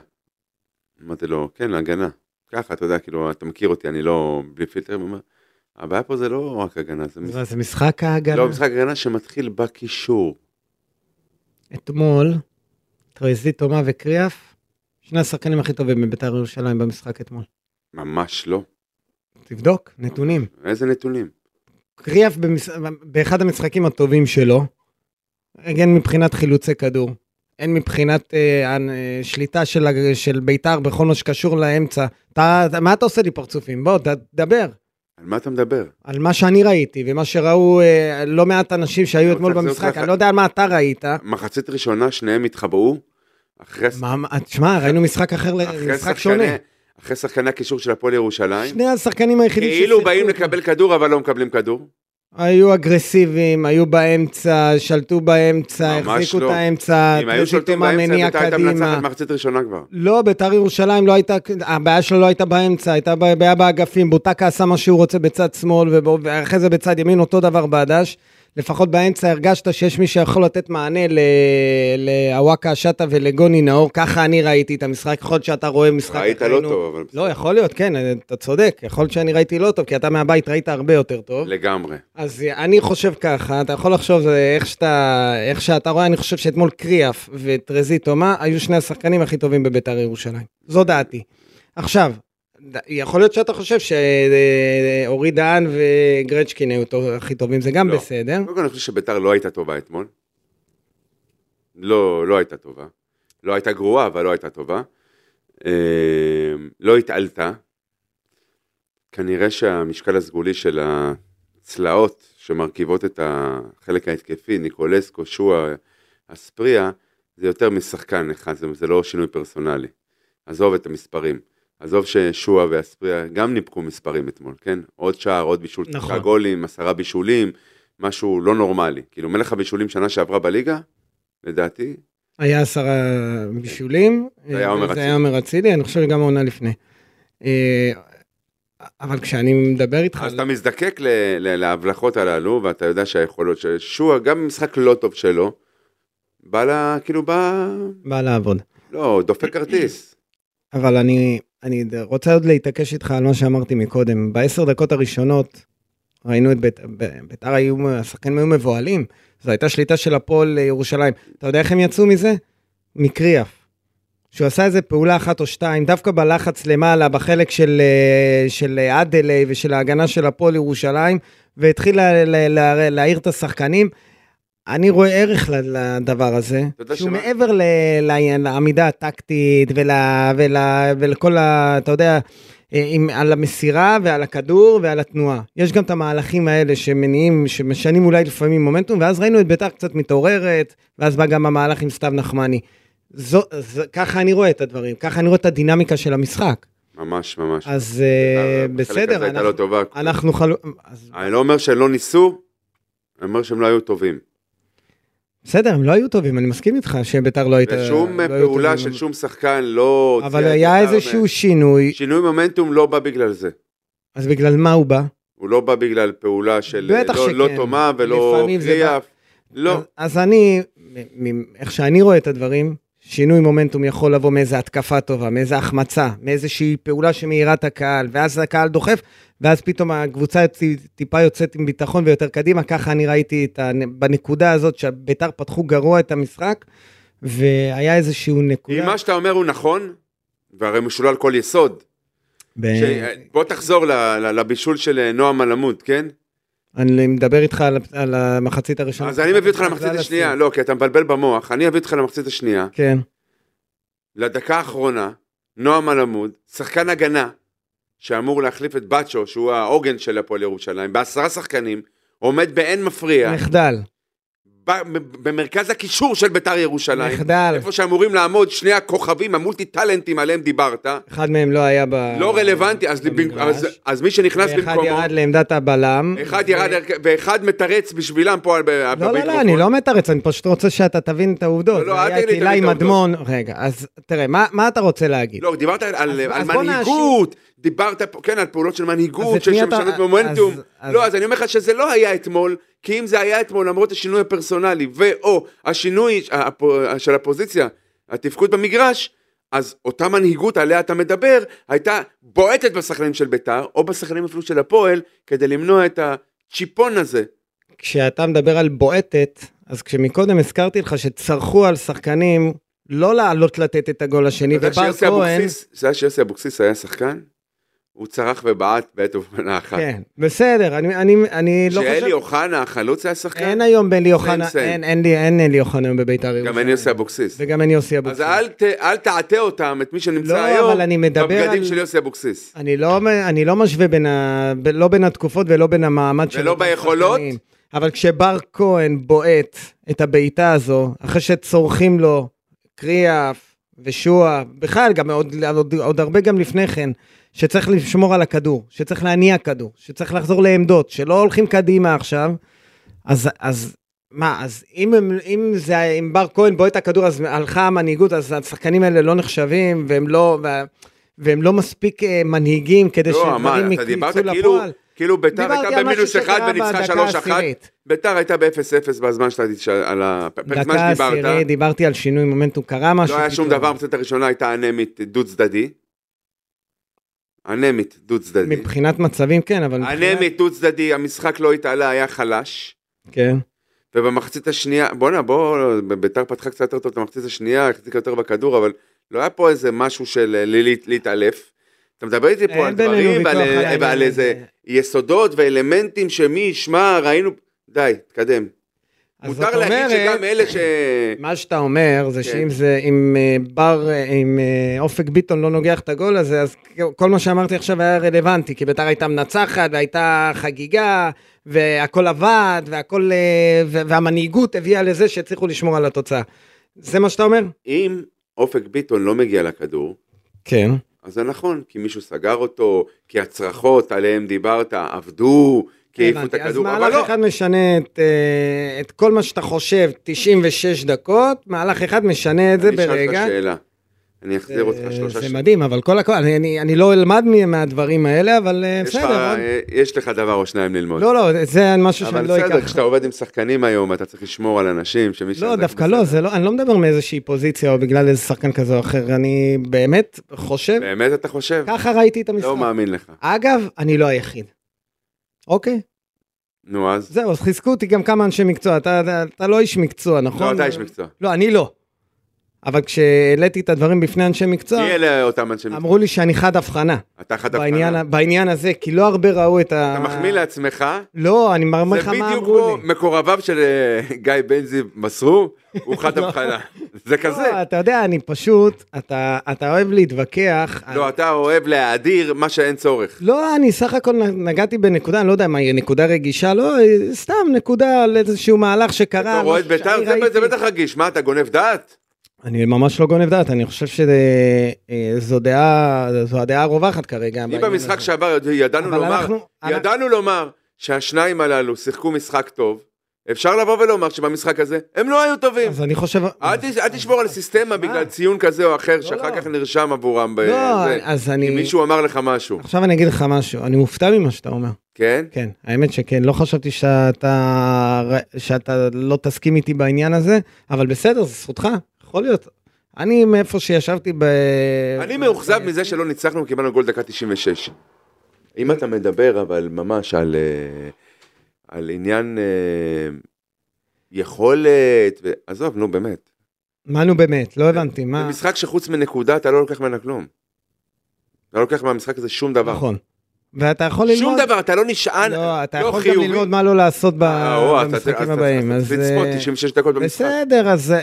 Speaker 3: אמרתי לו, כן, הגנה. ככה, אתה יודע, כאילו, אתה מכיר אותי, אני לא בלי פילטר. הוא אומר, הבעיה פה זה לא רק הגנה, זה משחק,
Speaker 2: אז זה משחק ההגנה.
Speaker 3: לא, משחק הגנה שמתחיל בקישור.
Speaker 2: אתמול, טרזי, תומה וקריאף, שני השחקנים הכי טובים בביתר ירושלים במשחק אתמול.
Speaker 3: ממש לא.
Speaker 2: תבדוק, נתונים.
Speaker 3: איזה נתונים.
Speaker 2: קריאף במש... באחד המשחקים הטובים שלו, הן מבחינת חילוצי כדור, הן מבחינת אה, הנ- אה, שליטה של, ה- של בית"ר בכל מה שקשור לאמצע. אתה, אתה- מה אתה עושה לי פרצופים? בוא, ת, דבר.
Speaker 3: על מה אתה מדבר?
Speaker 2: על מה שאני ראיתי ומה שראו אה, לא מעט אנשים שהיו
Speaker 3: לא
Speaker 2: אתמול
Speaker 3: צריך להיות
Speaker 2: במשחק,
Speaker 3: ככה.
Speaker 2: אני לא יודע על מה אתה ראית.
Speaker 3: מחצית ראשונה שניהם התחבאו, אחרי,
Speaker 2: מה- מה- תשמע, ראינו משחק אחר, ל-
Speaker 3: אחרי,
Speaker 2: משחק
Speaker 3: שחקני,
Speaker 2: שונה.
Speaker 3: אחרי שחקני הקישור של הפועל ירושלים,
Speaker 2: שני השחקנים היחידים
Speaker 3: כאילו
Speaker 2: ששיחקו
Speaker 3: באים לקבל כדור אבל לא מקבלים כדור.
Speaker 2: אה, היו אגרסיביים, היו באמצע, שלטו באמצע,
Speaker 3: ממש
Speaker 2: החזיקו
Speaker 3: לא.
Speaker 2: את האמצע,
Speaker 3: אם היו שולטים
Speaker 2: טרזיטומה
Speaker 3: באמצע,
Speaker 2: מניע
Speaker 3: בית"ר הייתה
Speaker 2: קדימה.
Speaker 3: מנצחת מחצית ראשונה כבר.
Speaker 2: לא, ביתר ירושלים לא הייתה, הבעיה שלו לא הייתה באמצע, הייתה בעיה באגפים, בוטקה עשה מה שהוא רוצה בצד שמאל, ובו- ואחרי זה בצד ימין, אותו דבר בעדש. לפחות באמצע הרגשת שיש מי שיכול לתת מענה לאוואקה השטה ולגוני נאור, ככה אני ראיתי את המשחק, יכול להיות שאתה רואה משחק
Speaker 3: ראית לא
Speaker 2: אחרינו.
Speaker 3: טוב, אבל
Speaker 2: לא, יכול להיות, כן, אתה צודק, יכול להיות שאני ראיתי לא טוב, כי אתה מהבית ראית הרבה יותר טוב.
Speaker 3: לגמרי.
Speaker 2: אז אה, אני חושב ככה, אתה יכול לחשוב אה, איך שאתה, איך שאתה רואה, אני חושב שאתמול קריאף וטרזי תומה היו שני השחקנים הכי טובים בביתר ירושלים. זו דעתי. עכשיו, יכול להיות שאתה חושב שאורי דהן וגרצ'קין היו טוב- הכי טובים, זה גם
Speaker 3: לא.
Speaker 2: בסדר.
Speaker 3: קודם כל אני חושב שביתר לא הייתה טובה אתמול. לא, לא הייתה טובה. לא הייתה גרועה, אבל לא הייתה טובה. אה, לא התעלתה. כנראה שהמשקל הסגולי של הצלעות שמרכיבות את החלק ההתקפי, ניקולסקו, שואה, אספריה, זה יותר משחקן אחד, זה, זה לא שינוי פרסונלי. עזוב את המספרים. עזוב ששואה ואספריה גם ניפקו מספרים אתמול, כן? עוד שער, עוד בישול,
Speaker 2: נכון.
Speaker 3: תשעה גולים, עשרה בישולים, משהו לא נורמלי. כאילו מלך הבישולים שנה שעברה בליגה, לדעתי,
Speaker 2: היה עשרה בישולים. אה,
Speaker 3: זה היה עומר
Speaker 2: זה
Speaker 3: אצילי.
Speaker 2: היה עומר אצילי, אני חושב שגם העונה לפני. אה, אבל כשאני מדבר איתך...
Speaker 3: אז אתה מזדקק ל- ל- להבלחות הללו, ואתה יודע שהיכולות של שועה, גם במשחק לא טוב שלו, בא לה, כאילו בא,
Speaker 2: בא לעבוד.
Speaker 3: לא, דופק כרטיס.
Speaker 2: אבל אני, אני רוצה עוד להתעקש איתך על מה שאמרתי מקודם. בעשר דקות הראשונות ראינו את בית- ב- ביתר, היו- השחקנים היו מבוהלים. זו הייתה שליטה של הפועל אה, ירושלים. אתה יודע איך הם יצאו מזה? מקריאף. שהוא עשה איזה פעולה אחת או שתיים, דווקא בלחץ למעלה, בחלק של, אה, של אה, אדלי ושל ההגנה של הפועל ירושלים, והתחיל לה, לה, לה, להעיר את השחקנים. אני רואה ערך ל- לדבר הזה,
Speaker 3: אתה יודע
Speaker 2: שהוא
Speaker 3: שמה?
Speaker 2: מעבר ל, ל, לעמידה הטקטית ול, ול, ולכל, ה, אתה יודע, אה, עם, על המסירה ועל הכדור ועל התנועה. יש גם את המהלכים האלה שמניעים, שמשנים אולי לפעמים מומנטום, ואז ראינו את בית"ר קצת מתעוררת, ואז בא גם המהלך עם סתיו נחמני. זו, זו, ככה אני רואה את הדברים, ככה אני רואה את הדינמיקה של המשחק.
Speaker 3: ממש, ממש.
Speaker 2: אז אה,
Speaker 3: החלק הזה
Speaker 2: בסדר,
Speaker 3: הייתה לא
Speaker 2: אנחנו,
Speaker 3: טובה.
Speaker 2: אנחנו חלו... אז,
Speaker 3: אני לא אומר שהם לא ניסו, אני אומר שהם לא היו
Speaker 2: אה,
Speaker 3: טובים.
Speaker 2: בסדר, הם לא היו טובים, אני מסכים איתך שביתר לא הייתה...
Speaker 3: ושום
Speaker 2: לא היו
Speaker 3: פעולה
Speaker 2: טובים.
Speaker 3: של שום שחקן לא...
Speaker 2: אבל
Speaker 3: הוציאה את
Speaker 2: היה
Speaker 3: בית"ר
Speaker 2: איזשהו
Speaker 3: מה-
Speaker 2: שינוי,
Speaker 3: שינוי מומנטום לא בא בגלל זה.
Speaker 2: אז בגלל מה הוא בא?
Speaker 3: הוא לא בא בגלל פעולה של
Speaker 2: בטח
Speaker 3: לא- לא
Speaker 2: שכן.
Speaker 3: תומה ולא
Speaker 2: לפעמים זה בא- אה,
Speaker 3: קריאף. לא.
Speaker 2: אז, אז אני, מ- מ- איך שאני רואה את הדברים, שינוי מומנטום יכול לבוא מאיזו התקפה טובה, מאיזו החמצה, מאיזושהי פעולה שמאירה את הקהל, ואז הקהל דוחף, ואז פתאום הקבוצה יוצא- טיפה יוצאת עם ביטחון ויותר קדימה, ככה אני ראיתי את ה... בנקודה הזאת שביתר פתחו גרוע את המשחק, והיה איזשהו
Speaker 3: אם
Speaker 2: נקודה...
Speaker 3: מה שאתה אומר הוא נכון, והרי משולל כל יסוד.
Speaker 2: ב...
Speaker 3: ש... אה, בוא תחזור ל... ל... לבישול של אה, נועם מלמוד, כן?
Speaker 2: אני מדבר איתך על, על המחצית הראשונה.
Speaker 3: אז אני מביא אותך למחצית
Speaker 2: זה
Speaker 3: השנייה,
Speaker 2: הסוף.
Speaker 3: לא, כי אתה מבלבל במוח, אני אביא אותך למחצית השנייה,
Speaker 2: כן,
Speaker 3: לדקה האחרונה, נועם מלמוד, שחקן הגנה, שאמור להחליף את בצ'ו, שהוא העוגן של הפועל ירושלים, בעשרה שחקנים, עומד באין מפריע,
Speaker 2: מחדל,
Speaker 3: ב- במרכז הקישור של ביתר ירושלים,
Speaker 2: מחדל.
Speaker 3: איפה שאמורים לעמוד שני הכוכבים המולטי טאלנטים עליהם דיברת,
Speaker 2: אחד מהם לא היה ב...
Speaker 3: לא רלוונטי, אז במק-
Speaker 2: במגרש.
Speaker 3: אז- אז מי שנכנס
Speaker 2: ואחד
Speaker 3: במקומו,
Speaker 2: ירד לעמדת הבלם.
Speaker 3: אחד ירד, ואחד מתרץ בשבילם פה על ב-
Speaker 2: לא, לא,
Speaker 3: במיקרופון.
Speaker 2: לא, אני לא מתרץ, אני פשוט רוצה שאתה תבין את העובדות.
Speaker 3: לא, לא, אל
Speaker 2: היה את
Speaker 3: תגיד
Speaker 2: הילה
Speaker 3: לי תבין
Speaker 2: עם
Speaker 3: את העובדות.
Speaker 2: מדמון, רגע, אז תראה, מה מה אתה רוצה להגיד?
Speaker 3: לא, דיברת על, על,
Speaker 2: אז
Speaker 3: על
Speaker 2: בוא
Speaker 3: מנהיגות, דיברת פה, כן, על פעולות של
Speaker 2: אז
Speaker 3: מנהיגות,
Speaker 2: את
Speaker 3: של
Speaker 2: מי אתה-
Speaker 3: שמשנות
Speaker 2: אז-
Speaker 3: מומנטום.
Speaker 2: אז-
Speaker 3: לא, אז אני אומר לך שזה לא היה אתמול, כי אם זה היה אתמול, למרות השינוי הפרסונלי, ואו השינוי ה- הפו- של הפוזיציה, התפקוד במגרש, אז אותה מנהיגות עליה אתה מדבר, הייתה בועטת בשחקנים של ביתר, או בשחקנים אפילו של הפועל, כדי למנוע את הצ'יפון הזה.
Speaker 2: כשאתה מדבר על בועטת, אז כשמקודם הזכרתי לך שצרחו על שחקנים לא לעלות לתת את הגול השני,
Speaker 3: אתה יודע
Speaker 2: ובר
Speaker 3: שיוסי
Speaker 2: כהן...
Speaker 3: אבוקסיס- אתה יודע שיוסי אבוקסיס היה שחקן? הוא צרח ובעט בעת ובעונה אחת.
Speaker 2: כן, בסדר, אני- אני אני לא חושב...
Speaker 3: שאלי אוחנה החלוץ היה שחקן?
Speaker 2: אין היום בלי אוחנה,
Speaker 3: same.
Speaker 2: אין- אין לי- אין אלי אוחנה היום בביתר ירושלים.
Speaker 3: גם אין יוסי אבוקסיס.
Speaker 2: וגם אין יוסי אבוקסיס.
Speaker 3: אז אל ת- אל תעטה אותם, את מי שנמצא
Speaker 2: לא,
Speaker 3: היום,
Speaker 2: אבל אני מדבר
Speaker 3: בבגדים
Speaker 2: על-
Speaker 3: של יוסי אבוקסיס.
Speaker 2: אני לא, אני לא משווה בין ה... ב- לא בין התקופות ולא בין המעמד של...
Speaker 3: ולא
Speaker 2: אותם
Speaker 3: ביכולות?
Speaker 2: שחקנים. אבל כשבר כהן בועט את הבעיטה הזו, אחרי שצורכים לו קריאף ושועה, בכלל גם עוד, עוד, עוד הרבה גם לפני כן, שצריך לשמור על הכדור, שצריך להניע כדור, שצריך לחזור לעמדות, שלא הולכים קדימה עכשיו, אז, אז מה, אז אם, הם, אם זה, אם בר כהן בועט את הכדור, אז הלכה המנהיגות, אז השחקנים האלה לא נחשבים, והם לא, וה- והם לא מספיק אה, מנהיגים כדי
Speaker 3: לא, מה,
Speaker 2: שדברים
Speaker 3: אתה דיברת
Speaker 2: יצאו
Speaker 3: כאילו,
Speaker 2: לפועל.
Speaker 3: כאילו ביתר
Speaker 2: דיברתי
Speaker 3: הייתה
Speaker 2: על משהו
Speaker 3: במינוס אחד
Speaker 2: שקרה
Speaker 3: וניצחה
Speaker 2: בדקה
Speaker 3: 3-1,
Speaker 2: העשירית.
Speaker 3: ביתר הייתה ב-0-0 בזמן שאתה תשאל על הפרק
Speaker 2: דקה
Speaker 3: זמן
Speaker 2: עשירית,
Speaker 3: שדיברת.
Speaker 2: דיברתי על שינוי מומנטום, קרה משהו.
Speaker 3: לא היה שום
Speaker 2: פתאום.
Speaker 3: דבר, המחצית הראשונה הייתה אנמית דו צדדי. אנמית דו צדדי.
Speaker 2: מבחינת מצבים כן, אבל... מבחינת-
Speaker 3: אנמית דו צדדי, המשחק לא התעלה, היה חלש.
Speaker 2: כן.
Speaker 3: ובמחצית השנייה, בואנה, בוא, ביתר פתחה קצת יותר טוב את המחצית השנייה, החזיקה יותר בכדור, אבל לא היה פה איזה משהו של אה, לי- לי- להתעלף. אתה מדבר איתי פה
Speaker 2: אין
Speaker 3: על
Speaker 2: בינינו
Speaker 3: דברים
Speaker 2: ויכוח
Speaker 3: ועל, אה,
Speaker 2: על
Speaker 3: ועל,
Speaker 2: העניין
Speaker 3: ועל איזה
Speaker 2: הזה.
Speaker 3: יסודות ואלמנטים שמי ישמע, ראינו... די, תקדם.
Speaker 2: אז זאת
Speaker 3: מותר להגיד שגם אלה ש...
Speaker 2: *coughs* מה שאתה אומר זה
Speaker 3: כן.
Speaker 2: שאם זה, אם אה, בר, אה, אם אה, אופק ביטון לא נוגח את הגול הזה, אז כל מה שאמרתי עכשיו היה רלוונטי, כי ביתר הייתה מנצחת והייתה חגיגה, והכל עבד, והכל, אה, ו- והמנהיגות הביאה לזה שהצליחו לשמור על התוצאה. זה מה שאתה אומר?
Speaker 3: אם אופק ביטון לא מגיע לכדור,
Speaker 2: כן.
Speaker 3: אז זה נכון, כי מישהו סגר אותו, כי הצרחות עליהן דיברת עבדו, כי העיפו את
Speaker 2: אז
Speaker 3: הכדור, אבל
Speaker 2: מהלך
Speaker 3: לא.
Speaker 2: אחד משנה את, אה, את כל מה שאתה חושב 96 דקות, מהלך אחד משנה את זה
Speaker 3: אני אשאל
Speaker 2: ברגע. אה,
Speaker 3: אותך שאלה. אני אחזיר אותך שלושה
Speaker 2: זה
Speaker 3: ש-
Speaker 2: מדהים, אבל כל הכל, אני, אני, אני לא אלמד מ- מהדברים האלה, אבל אה,
Speaker 3: יש לך-
Speaker 2: בסדר. עוד-
Speaker 3: אה, יש לך דבר או שניים ללמוד.
Speaker 2: לא, לא, זה משהו
Speaker 3: אבל
Speaker 2: שאני לא
Speaker 3: בסדר,
Speaker 2: אקח.
Speaker 3: כשאתה עובד עם שחקנים היום, אתה צריך לשמור על אנשים, שמי
Speaker 2: לא,
Speaker 3: שזה-
Speaker 2: דווקא לא, זה לא, אני לא מדבר מאיזושהי פוזיציה או בגלל איזה שחקן כזה או אחר, אני באמת חושב,
Speaker 3: באמת אתה חושב?
Speaker 2: ככה ראיתי את המשחק.
Speaker 3: לא מאמין לך.
Speaker 2: אגב, אני לא היחיד. אוקיי,
Speaker 3: נו, אז?
Speaker 2: זהו, אז חיזקו אותי גם כמה אנשי מקצוע, אתה- אתה- אתה לא איש מקצוע, נכון?
Speaker 3: לא, אתה איש מקצוע.
Speaker 2: לא, אני לא. אבל כשהעליתי את הדברים בפני אנשי מקצוע,
Speaker 3: מי אלה אותם אנשי מקצוע?
Speaker 2: אמרו לי שאני חד הבחנה
Speaker 3: אתה חד
Speaker 2: בעניין ה-
Speaker 3: הבחנה.
Speaker 2: בעניין הזה, כי לא הרבה ראו את ה...
Speaker 3: אתה מחמיא לעצמך?
Speaker 2: לא, אני אומר לך
Speaker 3: זה
Speaker 2: מה
Speaker 3: בדיוק
Speaker 2: אמרו
Speaker 3: כמו
Speaker 2: לי.
Speaker 3: מקורביו של אה, גיא בן זיו מסרו, הוא חד הבחנה. זה כזה.
Speaker 2: לא, אתה יודע, אני פשוט, אתה אתה אוהב להתווכח.
Speaker 3: לא,
Speaker 2: אני-
Speaker 3: אתה אוהב להאדיר מה שאין צורך.
Speaker 2: לא, אני סך הכל נגעתי בנקודה, אני לא יודע מה היא נקודה רגישה, לא, סתם נקודה על איזשהו מהלך שקרה.
Speaker 3: אתה רואה את
Speaker 2: משהו
Speaker 3: ביתר,
Speaker 2: לא, שאני
Speaker 3: זה-
Speaker 2: ראיתי.
Speaker 3: זה בטח רגיש. מה, אתה גונב דעת?
Speaker 2: אני ממש לא גונב דעת, אני חושב שזו דעה, זו הדעה הרווחת כרגע.
Speaker 3: אם
Speaker 2: בעניין
Speaker 3: במשחק
Speaker 2: הזה.
Speaker 3: שעבר יד- ידענו
Speaker 2: אבל
Speaker 3: לומר,
Speaker 2: אנחנו-
Speaker 3: ידענו לומר שהשניים הללו שיחקו משחק טוב, אפשר לבוא ולומר שבמשחק הזה הם לא היו טובים.
Speaker 2: אז אני חושב...
Speaker 3: אל ת- אל תשמור על סיסטמה בגלל ציון כזה או אחר, שאחר
Speaker 2: לא.
Speaker 3: כך נרשם עבורם. ב-
Speaker 2: לא,
Speaker 3: זה.
Speaker 2: אז
Speaker 3: כי
Speaker 2: אני...
Speaker 3: מישהו אמר לך משהו,
Speaker 2: עכשיו אני אגיד לך משהו, אני מופתע ממה שאתה אומר.
Speaker 3: כן?
Speaker 2: כן, האמת שכן, לא חשבתי שאתה, שאתה לא תסכים איתי בעניין הזה, אבל בסדר, זו זכותך, יכול להיות. אני מאיפה שישבתי ב... כן.
Speaker 3: אני מאוכזב מזה שלא ניצחנו, קיבלנו גול דקה 96. אם אתה מדבר אבל ממש על, אה, על עניין אה, יכולת, ו- עזוב, נו באמת.
Speaker 2: מה נו באמת, לא הבנתי,
Speaker 3: זה
Speaker 2: מה...
Speaker 3: משחק שחוץ מנקודה אתה לא לוקח ממנה כלום. אתה לא לוקח מהמשחק הזה שום דבר.
Speaker 2: נכון. ואתה יכול ללמוד...
Speaker 3: שום דבר, אתה לא נשען,
Speaker 2: לא, אתה
Speaker 3: לא
Speaker 2: יכול גם
Speaker 3: חיובי.
Speaker 2: ללמוד מה לא לעשות ב-
Speaker 3: אה, או, אתה- אתה-
Speaker 2: במשחקים
Speaker 3: אתה-
Speaker 2: הבאים.
Speaker 3: אתה
Speaker 2: אז,
Speaker 3: צריך לצפות
Speaker 2: אה,
Speaker 3: 96 דקות במשחק.
Speaker 2: בסדר, אז,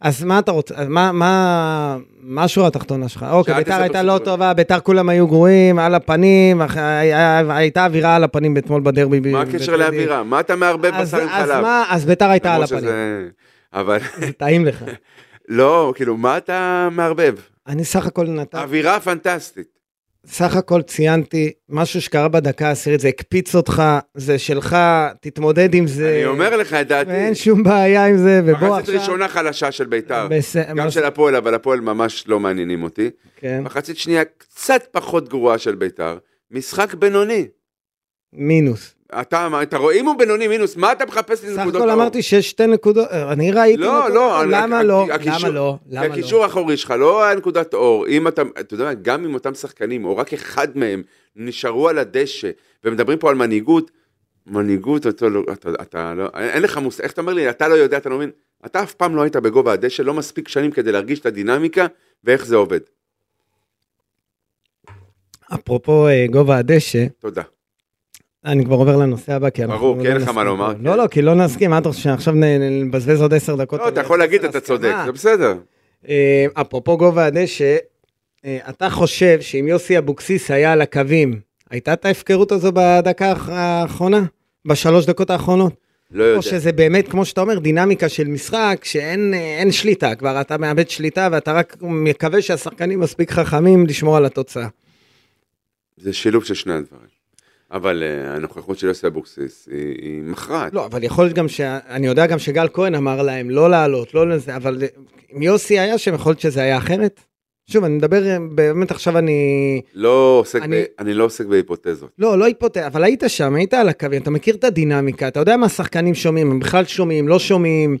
Speaker 2: אז מה אתה רוצה, אז מה, מה, מה השורה התחתונה שלך? אוקיי,
Speaker 3: שאלתי
Speaker 2: ביתר
Speaker 3: ספר
Speaker 2: הייתה לא
Speaker 3: סיפורים.
Speaker 2: טובה, ביתר כולם היו גרועים, על הפנים, אח- היה- הייתה אווירה על הפנים אתמול בדרבי. ב-
Speaker 3: מה הקשר
Speaker 2: בטדי.
Speaker 3: לאווירה? מה אתה מערבב
Speaker 2: אוקיי, אז,
Speaker 3: בשר עם
Speaker 2: אז
Speaker 3: חלב?
Speaker 2: מה, אז ביתר הייתה על
Speaker 3: למרות
Speaker 2: הפנים,
Speaker 3: שזה- אבל *laughs*
Speaker 2: זה *laughs* טעים לך.
Speaker 3: לא, כאילו, מה אתה מערבב?
Speaker 2: אני סך הכל נתן,
Speaker 3: אווירה פנטסטית.
Speaker 2: סך הכל ציינתי משהו שקרה בדקה העשירית, זה הקפיץ אותך, זה שלך, תתמודד עם זה.
Speaker 3: אני אומר לך את דעתי.
Speaker 2: ואין שום בעיה עם זה, ובוא
Speaker 3: מחצית
Speaker 2: עכשיו...
Speaker 3: ראשונה חלשה של בית"ר.
Speaker 2: בס-
Speaker 3: גם
Speaker 2: מה-
Speaker 3: של הפועל, אבל הפועל ממש לא מעניינים אותי.
Speaker 2: כן.
Speaker 3: מחצית שנייה קצת פחות גרועה של בית"ר. משחק בינוני.
Speaker 2: מינוס.
Speaker 3: אתה אמר- אתה רואה, אם הוא בינוני מינוס, מה אתה מחפש לי
Speaker 2: סך
Speaker 3: נקודות?
Speaker 2: הכל
Speaker 3: אור?
Speaker 2: אמרתי שיש שתי נקודות, אה, אני ראיתי
Speaker 3: לא,
Speaker 2: נקודות,
Speaker 3: לא,
Speaker 2: אור.
Speaker 3: אני-
Speaker 2: למה
Speaker 3: הכ-
Speaker 2: לא, למה
Speaker 3: הקישור-
Speaker 2: לא,
Speaker 3: כי
Speaker 2: למה
Speaker 3: הקישור
Speaker 2: לא.
Speaker 3: האחורי שלך לא היה נקודת אור. אם אתה, אתה יודע, גם אם אותם שחקנים, או רק אחד מהם, נשארו על הדשא, ומדברים פה על מנהיגות, מנהיגות, אתה לא, אתה, אתה לא, אין אין לך מושג, איך אתה אומר לי, אתה לא יודע, אתה לא מבין, אתה אף פעם לא היית בגובה הדשא, לא מספיק שנים כדי להרגיש את הדינמיקה, ואיך זה עובד.
Speaker 2: אפרופו אה, גובה הדשא,
Speaker 3: תודה. לא,
Speaker 2: אני כבר עובר לנושא הבא, כי אנחנו...
Speaker 3: ברור,
Speaker 2: לא
Speaker 3: כי אין לך
Speaker 2: נסכים
Speaker 3: מה לומר,
Speaker 2: פה.
Speaker 3: כן.
Speaker 2: לא, לא, כי לא נסכים, מה אתה חושב, שעכשיו נ- נ- נבזבז עוד עשר דקות?
Speaker 3: לא, אתה
Speaker 2: על-
Speaker 3: יכול להגיד,
Speaker 2: על
Speaker 3: אתה
Speaker 2: הסכמה?
Speaker 3: צודק, זה בסדר.
Speaker 2: אה, אפרופו גובה הדשא, אה, אתה חושב שאם יוסי אבוקסיס היה על הקווים, הייתה את ההפקרות הזו בדקה האח- האחרונה? בשלוש דקות האחרונות?
Speaker 3: לא
Speaker 2: או
Speaker 3: יודע.
Speaker 2: שזה באמת, כמו שאתה אומר, דינמיקה של משחק, שאין אה, אין שליטה, כבר אתה מאבד שליטה ואתה רק מקווה שהשחקנים מספיק חכמים לשמור על התוצאה.
Speaker 3: זה שילוב של שני הדברים. אבל אה, הנוכחות של יוסי אבוקסיס היא היא מכרעת.
Speaker 2: לא, אבל יכול להיות גם ש... אני יודע גם שגל כהן אמר להם לא לעלות, לא לזה, אבל אה, אם יוסי היה שם, יכול להיות שזה היה אחרת? שוב, אני מדבר, אה, באמת עכשיו אני...
Speaker 3: לא עוסק,
Speaker 2: אני-
Speaker 3: אני... ב... אני לא עוסק בהיפותזות.
Speaker 2: לא, לא היפותטי, אבל היית שם, היית על הקווים, אתה מכיר את הדינמיקה, אתה יודע מה השחקנים שומעים, הם בכלל שומעים, לא שומעים,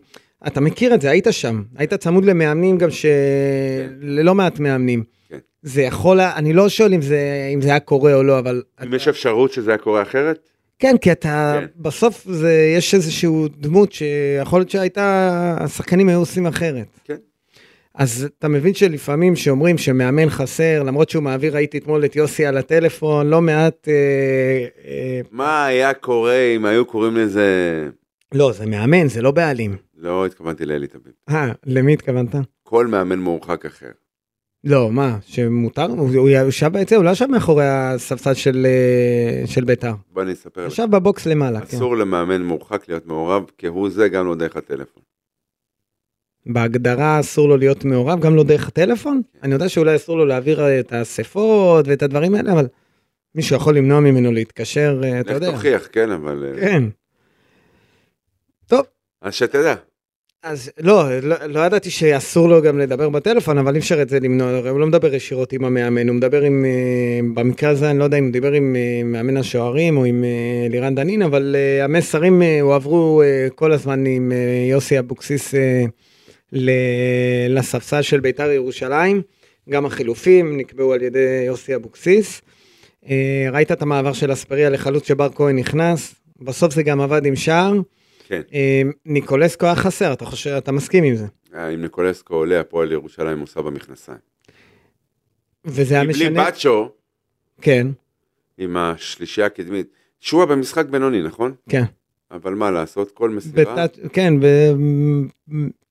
Speaker 2: אתה מכיר את זה, היית שם, היית צמוד למאמנים גם ש...
Speaker 3: כן.
Speaker 2: ללא מעט מאמנים.
Speaker 3: כן.
Speaker 2: זה יכול, לה- אני לא שואל אם זה, אם זה היה קורה או לא, אבל...
Speaker 3: אם
Speaker 2: אתה-
Speaker 3: יש אפשרות שזה היה קורה אחרת,
Speaker 2: כן, כי אתה,
Speaker 3: כן.
Speaker 2: בסוף זה, יש איזושהי דמות שיכול להיות שהייתה, השחקנים היו עושים אחרת.
Speaker 3: כן.
Speaker 2: אז אתה מבין שלפעמים שאומרים שמאמן חסר, למרות שהוא מעביר, ראיתי אתמול את יוסי על הטלפון, לא מעט... אה, אה,
Speaker 3: מה היה קורה אם היו קוראים לזה...
Speaker 2: לא, זה מאמן, זה לא בעלים.
Speaker 3: לא התכוונתי לאלי תמיד.
Speaker 2: אה, למי התכוונת?
Speaker 3: כל מאמן מורחק אחר.
Speaker 2: לא, מה, שמותר? הוא הוא ישב ביציע, הוא לא ישב מאחורי הספסל של, אה, של ביתר.
Speaker 3: בוא אני אספר לך.
Speaker 2: ישב בבוקס למעלה, כן.
Speaker 3: אסור למאמן מורחק להיות מעורב כהוא זה גם לא דרך הטלפון.
Speaker 2: בהגדרה אסור לו להיות מעורב, גם לא דרך הטלפון. אני יודע שאולי אסור לו להעביר אה, את האספות ואת הדברים האלה, אבל מישהו יכול למנוע ממנו להתקשר, אה, אתה
Speaker 3: לך
Speaker 2: יודע.
Speaker 3: תוכיח, כן, אבל... אה,
Speaker 2: כן.
Speaker 3: אז שתדע.
Speaker 2: אז לא, לא, לא ידעתי שאסור לו גם לדבר בטלפון, אבל אי אפשר את זה למנוע, הרי הוא לא מדבר ישירות עם המאמן, הוא מדבר עם, אה, במקרה הזה אני לא יודע אם הוא דיבר עם אה, מאמן השוערים או עם אה, לירן דנין, אבל אה, המסרים אה, הועברו אה, כל הזמן עם אה, יוסי אבוקסיס אה, ל- לספסל של בית"ר ירושלים, גם החילופים נקבעו על ידי יוסי אבוקסיס. אה, ראית את המעבר של אספריה לחלוץ שבר כהן נכנס, בסוף זה גם עבד עם שער.
Speaker 3: כן.
Speaker 2: אה, ניקולסקו היה חסר, אתה חושב, אתה מסכים עם זה.
Speaker 3: אה, אם ניקולסקו עולה, הפועל ירושלים עושה במכנסיים.
Speaker 2: וזה היה
Speaker 3: כי בלי
Speaker 2: משנה.
Speaker 3: בצ'ו,
Speaker 2: כן,
Speaker 3: עם השלישייה הקדמית, שועה במשחק בינוני, נכון?
Speaker 2: כן.
Speaker 3: אבל מה לעשות, כל מסירה,
Speaker 2: בתת, כן,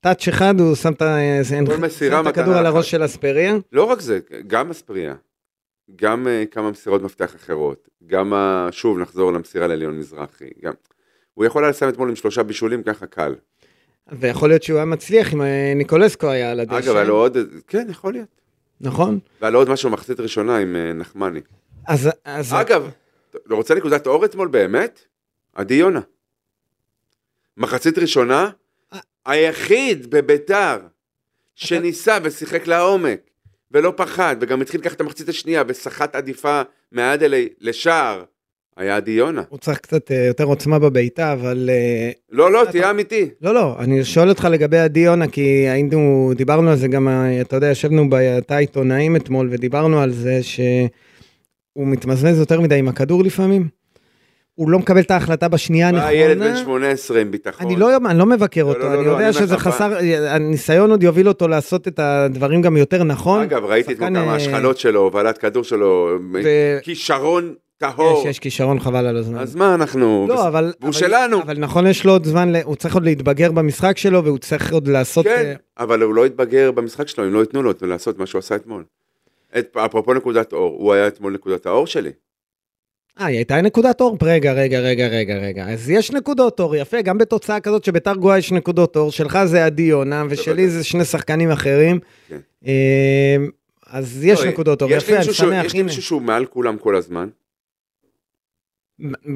Speaker 2: בטאץ' אחד הוא שם את ה- זה-
Speaker 3: כל מסירה
Speaker 2: שם את הכדור
Speaker 3: מתנה
Speaker 2: על
Speaker 3: אחת.
Speaker 2: הראש של אספריה.
Speaker 3: לא רק זה, גם אספריה, גם אה, כמה מסירות מפתח אחרות, גם, ה- שוב, נחזור למסירה לעליון מזרחי, גם... הוא יכול היה לסיים אתמול עם שלושה בישולים, ככה קל.
Speaker 2: ויכול להיות שהוא היה מצליח אם אה, ניקולסקו היה על הדשא.
Speaker 3: אגב, היה לו עוד, כן, יכול להיות.
Speaker 2: נכון?
Speaker 3: והיה לו עוד משהו מחצית ראשונה עם אה, נחמני.
Speaker 2: אז, אז
Speaker 3: אגב, אתה רוצה נקודת אור אתמול באמת? עדי יונה. מחצית ראשונה,
Speaker 2: אה.
Speaker 3: היחיד בביתר שניסה ושיחק לעומק, ולא פחד, וגם התחיל ככה את המחצית השנייה, וסחט עדיפה מהאדלי לשער, היה עדי יונה.
Speaker 2: הוא צריך קצת אה, יותר עוצמה בבעיטה, אבל... אה,
Speaker 3: לא, לא,
Speaker 2: אתה-
Speaker 3: תהיה אמיתי.
Speaker 2: לא, לא, אני שואל אותך לגבי עדי יונה, כי היינו, דיברנו על זה גם, אה, אתה יודע, ישבנו בתא עיתונאים אתמול ודיברנו על זה שהוא מתמזמז יותר מדי עם הכדור לפעמים. הוא לא מקבל את ההחלטה בשנייה
Speaker 3: בא אה, ילד בן
Speaker 2: הנכונה.
Speaker 3: 18 עם ביטחון.
Speaker 2: אני לא, אני לא מבקר
Speaker 3: לא,
Speaker 2: אותו,
Speaker 3: לא,
Speaker 2: אני
Speaker 3: לא,
Speaker 2: יודע
Speaker 3: אני
Speaker 2: שזה
Speaker 3: אומר לך,
Speaker 2: חסר, הניסיון עוד יוביל אותו לעשות את הדברים גם יותר נכון.
Speaker 3: אגב, ראיתי אתמול
Speaker 2: שחקן,
Speaker 3: כמה
Speaker 2: אה,
Speaker 3: השחלות שלו, הובלת כדור שלו,
Speaker 2: ו-
Speaker 3: כישרון
Speaker 2: יש,
Speaker 3: טהור.
Speaker 2: יש כישרון חבל על הזמן.
Speaker 3: אז מה אנחנו?
Speaker 2: לא, אבל...
Speaker 3: והוא
Speaker 2: אבל-
Speaker 3: שלנו.
Speaker 2: אבל נכון, יש לו עוד זמן, ל- הוא צריך עוד להתבגר במשחק שלו, והוא צריך עוד לעשות...
Speaker 3: כן,
Speaker 2: אה,
Speaker 3: אבל הוא לא התבגר במשחק שלו, אם לא ייתנו לו לעשות מה שהוא עשה אתמול. את, אפרופו נקודת אור, הוא היה אתמול נקודת האור שלי.
Speaker 2: אה, היא הייתה נקודת אור? רגע, רגע, רגע, רגע, רגע. אז יש נקודות אור, יפה, גם בתוצאה כזאת שביתר גואה יש נקודות אור, שלך זה עדי יונה, ושלי
Speaker 3: בוודאי.
Speaker 2: זה שני שחקנים אחרים.
Speaker 3: כן.
Speaker 2: אה, אז יש
Speaker 3: לא,
Speaker 2: נקודות אור,
Speaker 3: יש לי
Speaker 2: יפה, אני
Speaker 3: מישהו שהוא-
Speaker 2: שמח,
Speaker 3: יש לי
Speaker 2: הנה.
Speaker 3: מישהו שהוא מעל כולם כל הזמן,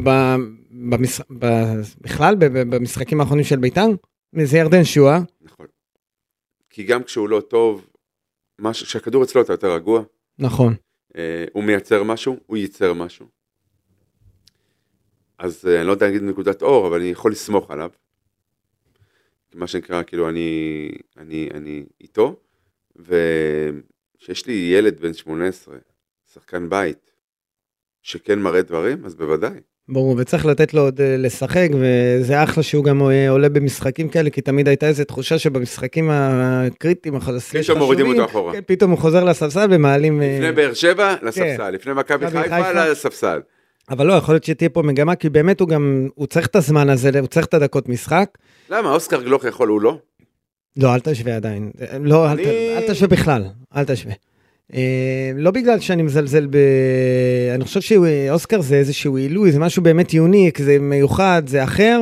Speaker 2: ב- במש- ב- בכלל, ב- ב- במשחקים האחרונים של ביתר, זה ירדן שואה.
Speaker 3: נכון. כי גם כשהוא לא טוב, מש- כשהכדור אצלו אתה יותר רגוע,
Speaker 2: נכון.
Speaker 3: אה, הוא מייצר משהו, הוא ייצר משהו. אז אה, אני לא יודע להגיד נקודת אור, אבל אני יכול לסמוך עליו. מה שנקרא, כאילו, אני, אני, אני איתו, וכשיש לי ילד בן 18, שחקן בית, שכן מראה דברים, אז בוודאי.
Speaker 2: ברור, וצריך לתת לו עוד אה, לשחק, וזה אחלה שהוא גם אה, עולה במשחקים כאלה, כי תמיד הייתה איזו תחושה שבמשחקים הקריטיים, החלשים,
Speaker 3: פתאום מורידים אותו אחורה.
Speaker 2: כן, פתאום הוא חוזר לספסל ומעלים... אה,
Speaker 3: לפני באר שבע, לספסל, לפני מכבי
Speaker 2: כן. מכבי
Speaker 3: חיפה,
Speaker 2: חיפה.
Speaker 3: לספסל.
Speaker 2: אבל לא, יכול להיות שתהיה פה מגמה, כי באמת הוא גם, הוא צריך את הזמן הזה, הוא צריך את הדקות משחק.
Speaker 3: למה, אוסקר גלוך יכול, הוא לא?
Speaker 2: לא, אל תשווה עדיין. אה, לא, אל, ת,
Speaker 3: אני-
Speaker 2: אל תשווה בכלל, אל תשווה. אה, לא בגלל שאני מזלזל ב... אני חושב שאוסקר זה איזשהו עילוי, זה משהו באמת יוניק, זה מיוחד, זה אחר.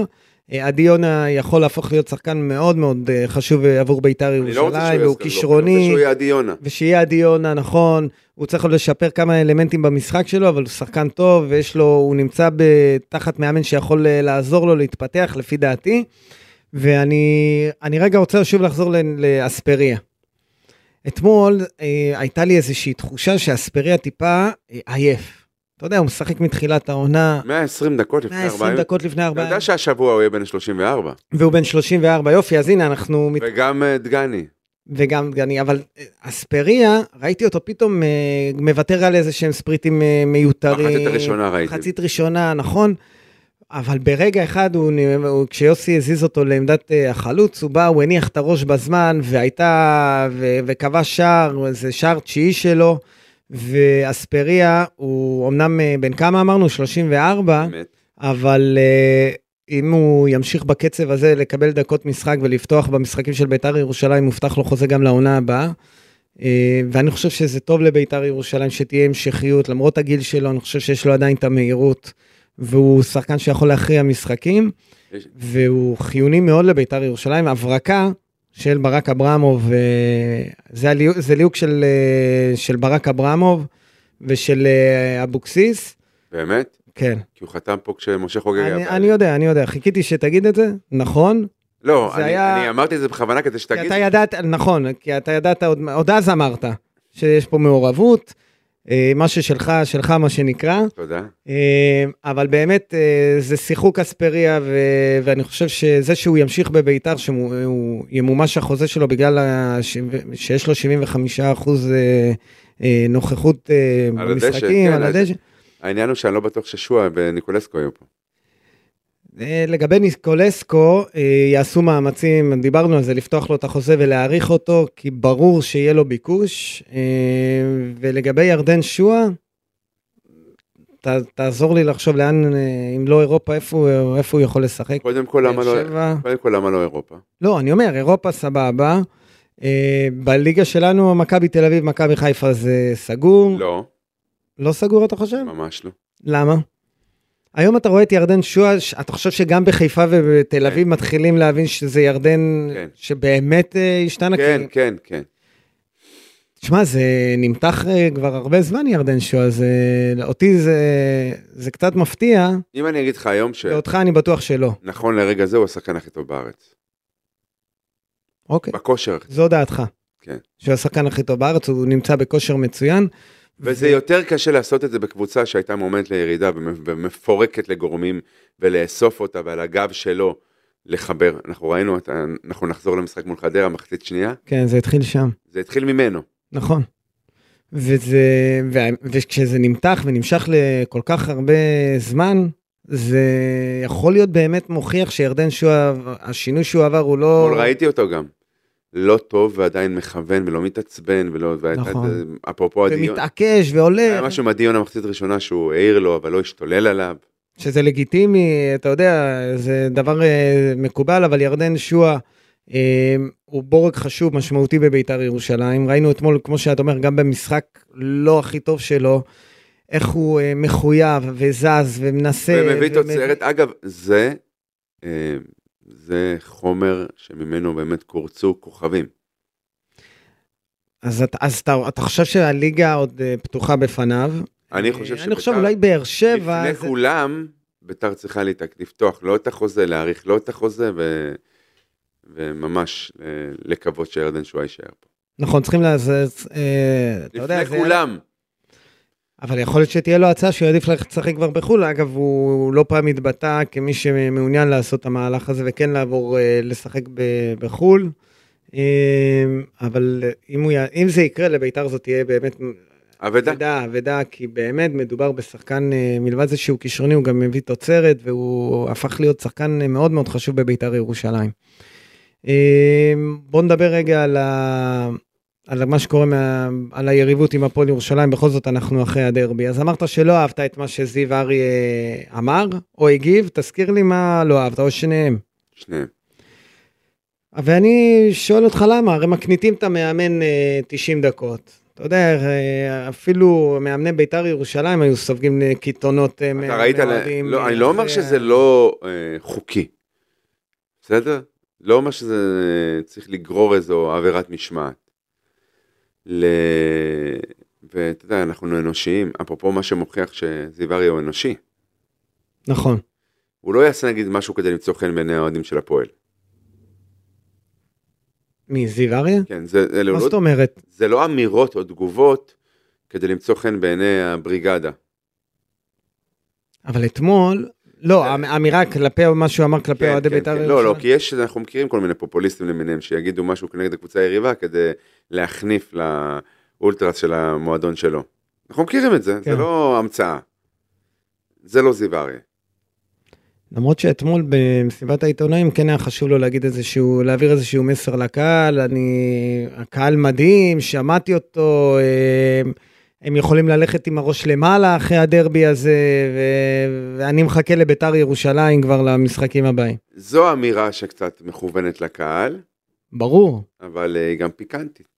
Speaker 2: אה, עדי יונה יכול להפוך להיות שחקן מאוד מאוד אה, חשוב אה, עבור בית"ר
Speaker 3: אני לא רוצה שהוא
Speaker 2: ירושלים,
Speaker 3: יהיה
Speaker 2: והוא
Speaker 3: אוסקר גלוך, אני רוצה
Speaker 2: כישרוני,
Speaker 3: שהוא יהיה עדי יונה.
Speaker 2: ושיהיה עדי יונה נכון, הוא צריך עוד לשפר כמה אלמנטים במשחק שלו, אבל הוא שחקן טוב, ויש לו, הוא נמצא ב- תחת מאמן שיכול אה, לעזור לו להתפתח, לפי דעתי. ואני אני רגע רוצה שוב לחזור ל- לאספריה. אתמול אה, הייתה לי איזושהי תחושה שאספריה טיפה אה, עייף. אתה יודע, הוא משחק מתחילת העונה,
Speaker 3: 120 דקות לפני
Speaker 2: 120
Speaker 3: 40.
Speaker 2: דקות לפני
Speaker 3: אתה
Speaker 2: 4,
Speaker 3: יודע שהשבוע הוא יהיה בן 34.
Speaker 2: והוא בן 34, יופי, אז הנה, אנחנו מת-
Speaker 3: וגם אה, דגני.
Speaker 2: וגם דגני, אבל אה, אספריה, ראיתי אותו פתאום אה, מוותר על איזה שהם ספריטים אה, מיותרים.
Speaker 3: מחצית הראשונה ראיתי.
Speaker 2: מחצית ראשונה, נכון? אבל ברגע אחד, הוא, נ- הוא, כשיוסי הזיז אותו לעמדת אה, החלוץ, הוא בא, הוא הניח את הראש בזמן, והייתה, ו, וכבש שער, זה שער תשיעי שלו, ואספריה, הוא אמנם אה, בן כמה אמרנו? 34,
Speaker 3: באמת.
Speaker 2: אבל אה, אם הוא ימשיך בקצב הזה לקבל דקות משחק ולפתוח במשחקים של בית"ר ירושלים, מובטח לו חוזה גם לעונה הבאה. אה, ואני חושב שזה טוב לבית"ר ירושלים שתהיה המשכיות, למרות הגיל שלו, אני חושב שיש לו עדיין את המהירות, והוא שחקן שיכול להכריע משחקים,
Speaker 3: יש-
Speaker 2: והוא חיוני מאוד לבית"ר ירושלים. הברקה של ברק אברמוב, אה, זה, הליוק, זה ליהוק של, אה, של ברק אברמוב ושל אה, אבוקסיס,
Speaker 3: באמת?
Speaker 2: כן.
Speaker 3: כי הוא חתם פה כשמשה חוגג
Speaker 2: אני,
Speaker 3: היה...
Speaker 2: אני יודע, אני יודע, חיכיתי שתגיד את זה, נכון?
Speaker 3: לא,
Speaker 2: זה
Speaker 3: אני-
Speaker 2: היה-
Speaker 3: אני אמרתי את זה בכוונה כדי
Speaker 2: כי
Speaker 3: שתגיד.
Speaker 2: אתה ידעת, נכון, כי אתה ידעת, עוד, עוד אז אמרת, שיש פה מעורבות, אה, מה ששלך, שלך מה שנקרא,
Speaker 3: תודה.
Speaker 2: אה, אבל באמת אה, זה שיחוק אספריה, ו, ואני חושב שזה שהוא ימשיך בביתר, שהוא ימומש החוזה שלו בגלל ה, ש, שיש לו 75 אחוז אה, נוכחות אה,
Speaker 3: על הדשא,
Speaker 2: במשחקים,
Speaker 3: כן,
Speaker 2: על
Speaker 3: אז-
Speaker 2: הדשא.
Speaker 3: העניין הוא שאני לא בטוח ששועה וניקולסקו היו פה.
Speaker 2: אה, לגבי ניקולסקו, אה, יעשו מאמצים, דיברנו על זה, לפתוח לו את החוזה ולהעריך אותו, כי ברור שיהיה לו ביקוש. אה, ולגבי ירדן שואה, ת- תעזור לי לחשוב לאן, אה, אם לא אירופה, איפה הוא- איפה הוא יכול לשחק?
Speaker 3: קודם כל, למה לא...
Speaker 2: באר שבע?
Speaker 3: קודם כל, למה לא אירופה?
Speaker 2: לא, אני אומר, אירופה סבבה. אה, בליגה שלנו, מכבי תל אביב, מכבי חיפה זה סגור.
Speaker 3: לא,
Speaker 2: לא סגור, אתה חושב?
Speaker 3: ממש לא.
Speaker 2: למה? היום אתה רואה את ירדן שועה, ש- אתה חושב שגם בחיפה ובתל אביב מתחילים להבין שזה ירדן
Speaker 3: כן.
Speaker 2: שבאמת אה, השתנה?
Speaker 3: כן,
Speaker 2: כי-
Speaker 3: כן, כן.
Speaker 2: תשמע, זה נמתח אה, כבר הרבה זמן ירדן שועה, זה... אותי זה... זה קצת מפתיע,
Speaker 3: אם אני אגיד לך היום שנכון
Speaker 2: ואותך אני בטוח שלא.
Speaker 3: לרגע זה הוא השחקן הכי טוב בארץ.
Speaker 2: אוקיי,
Speaker 3: בכושר.
Speaker 2: זו דעתך.
Speaker 3: כן.
Speaker 2: שהוא השחקן הכי טוב בארץ, הוא נמצא בכושר מצוין.
Speaker 3: וזה יותר קשה לעשות את זה בקבוצה שהייתה מומנט לירידה ומ- ומפורקת לגורמים ולאסוף אותה ועל הגב שלו לחבר. אנחנו ראינו, אתה- אנחנו נחזור למשחק מול חדרה, מחצית שנייה,
Speaker 2: כן, זה התחיל שם.
Speaker 3: זה התחיל ממנו.
Speaker 2: נכון. וזה, וה, וכשזה נמתח ונמשך לכל כך הרבה זמן, זה יכול להיות באמת מוכיח שירדן שועה, השינוי שהוא עבר הוא לא...
Speaker 3: אתמול ראיתי אותו גם. לא טוב ועדיין מכוון ולא מתעצבן ולא... והייתה-
Speaker 2: נכון.
Speaker 3: אפרופו הדיון,
Speaker 2: ומתעקש והולך,
Speaker 3: היה משהו מהדיון המחצית הראשונה שהוא העיר לו אבל לא השתולל עליו.
Speaker 2: שזה לגיטימי, אתה יודע, זה דבר אה, מקובל, אבל ירדן שועה אה, הוא בורג חשוב, משמעותי בביתר ירושלים. ראינו אתמול, כמו שאת אומר, גם במשחק לא הכי טוב שלו, איך הוא אה, מחויב וזז ומנסה.
Speaker 3: ומביא
Speaker 2: ומביא-
Speaker 3: תוצרת, אגב, זה, אה, זה חומר שממנו באמת קורצו כוכבים.
Speaker 2: אז, אתה, אז אתה, אתה חושב שהליגה עוד אה, פתוחה בפניו?
Speaker 3: אני
Speaker 2: אה,
Speaker 3: חושב
Speaker 2: אני חושב
Speaker 3: שביתר,
Speaker 2: אולי באר שבע...
Speaker 3: לפני
Speaker 2: זה...
Speaker 3: כולם, ביתר צריכה להתק- לפתוח לא את החוזה, להאריך לא את החוזה, ו- וממש אה, לקוות שירדן שואה יישאר פה.
Speaker 2: נכון, צריכים לעזאזל... אה, אתה יודע,
Speaker 3: לפני
Speaker 2: זה-
Speaker 3: כולם.
Speaker 2: אבל יכול להיות שתהיה לו הצעה שהוא יעדיף ללכת לשחק כבר בחו"ל. אגב, הוא לא פעם התבטא כמי שמעוניין לעשות את המהלך הזה וכן לעבור אה, לשחק ב- בחו"ל. אה, אבל אם, הוא, י- אם זה יקרה לביתר זאת תהיה באמת
Speaker 3: אבדה.
Speaker 2: אבדה, אבדה, כי באמת מדובר בשחקן, אה, מלבד זה שהוא כישרוני, הוא גם מביא תוצרת, והוא הפך להיות שחקן אה, מאוד מאוד חשוב בבית"ר ירושלים. אה, בואו נדבר רגע על, ה... על מה שקורה, מה... על היריבות עם הפועל ירושלים, בכל זאת אנחנו אחרי הדרבי. אז אמרת שלא אהבת את מה שזיו ארי אה, אמר, או הגיב, תזכיר לי מה לא אהבת, או שניהם.
Speaker 3: שניהם.
Speaker 2: ואני שואל אותך למה, הרי מקניטים את המאמן אה, 90 דקות. אתה יודע, אה, אפילו מאמני בית"ר ירושלים היו סופגים אה, קיתונות אה,
Speaker 3: אתה ראית,
Speaker 2: מהאוהדים,
Speaker 3: לא,
Speaker 2: אה,
Speaker 3: אני לא אומר
Speaker 2: אחרי
Speaker 3: שזה
Speaker 2: ה-
Speaker 3: לא אה, חוקי, בסדר? לא אומר שזה אה, צריך לגרור איזו עבירת משמעת. ל... ואתה יודע, אנחנו אנושיים, אפרופו מה שמוכיח שזיו אריה הוא אנושי.
Speaker 2: נכון.
Speaker 3: הוא לא יעשה נגיד משהו כדי למצוא חן בעיני האוהדים של הפועל.
Speaker 2: מי, זיו אריה?
Speaker 3: כן, זה, אלו
Speaker 2: מה
Speaker 3: לא,
Speaker 2: זאת אומרת?
Speaker 3: זה לא אמירות או תגובות כדי למצוא חן בעיני הבריגדה.
Speaker 2: אבל אתמול, לא, המ- האמירה כלפי מה שהוא אמר כלפי אוהדי בית"ר ירושלים.
Speaker 3: לא, לא, כי יש, אנחנו מכירים כל מיני פופוליסטים למיניהם שיגידו משהו כנגד הקבוצה היריבה כדי להחניף לאולטרס של המועדון שלו. אנחנו מכירים את זה,
Speaker 2: כן.
Speaker 3: זה לא המצאה. זה לא זיו אריה.
Speaker 2: למרות שאתמול במסיבת העיתונאים כן היה חשוב לו להגיד איזשהו, להעביר איזשהו מסר לקהל, אני, הקהל מדהים, שמעתי אותו, הם, הם יכולים ללכת עם הראש למעלה אחרי הדרבי הזה, ו, ואני מחכה לביתר ירושלים כבר למשחקים הבאים.
Speaker 3: זו אמירה שקצת מכוונת לקהל,
Speaker 2: ברור.
Speaker 3: אבל אה, היא גם פיקנטית.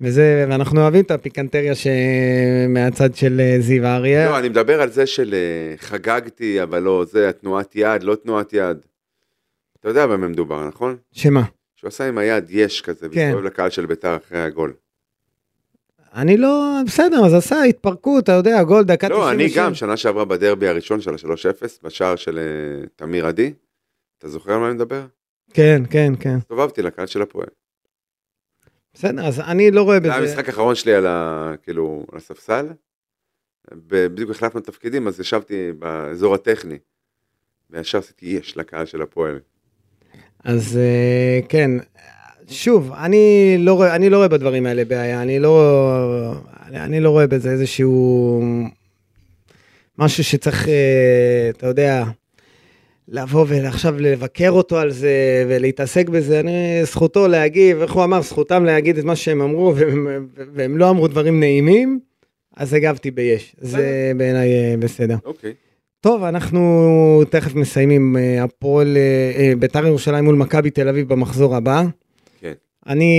Speaker 2: וזה, ואנחנו אוהבים את הפיקנטריה שמהצד של אה, זיו אריה.
Speaker 3: לא, אני מדבר על זה של אה, חגגתי, אבל לא, זה תנועת יד, לא תנועת יד. אתה יודע במה מדובר, נכון?
Speaker 2: שמה?
Speaker 3: שהוא עשה עם היד יש כזה,
Speaker 2: כן.
Speaker 3: והסתובב לקהל של ביתר אחרי הגול.
Speaker 2: אני לא, בסדר, אז עשה התפרקות, אתה יודע, גול דקה 90.
Speaker 3: לא, אני גם, שנה שעברה בדרבי הראשון של ה-3-0, בשער של אה, תמיר עדי, אתה זוכר על מה אני מדבר?
Speaker 2: כן, כן, כן.
Speaker 3: הסתובבתי לקהל של הפועל.
Speaker 2: בסדר, אז אני לא רואה בזה.
Speaker 3: זה היה המשחק האחרון שלי על ה... כאילו, על הספסל. ב- בדיוק החלפנו תפקידים, אז ישבתי באזור הטכני. וישר עשיתי יש לקהל של הפועל.
Speaker 2: אז אה, כן, שוב, אני לא, רואה, אני לא רואה בדברים האלה בעיה, אני לא, אני, אני לא רואה בזה איזשהו משהו שצריך, אה, אתה יודע, לבוא ועכשיו לבקר אותו על זה ולהתעסק בזה, אני, זכותו להגיב, איך הוא אמר, זכותם להגיד את מה שהם אמרו, והם, והם לא אמרו דברים נעימים, אז הגבתי ביש, זה בעיניי אה, בסדר.
Speaker 3: אוקיי.
Speaker 2: טוב, אנחנו תכף מסיימים. אה, הפועל, אה, אה, ביתר ירושלים מול מכבי תל אביב במחזור הבא.
Speaker 3: כן.
Speaker 2: אני,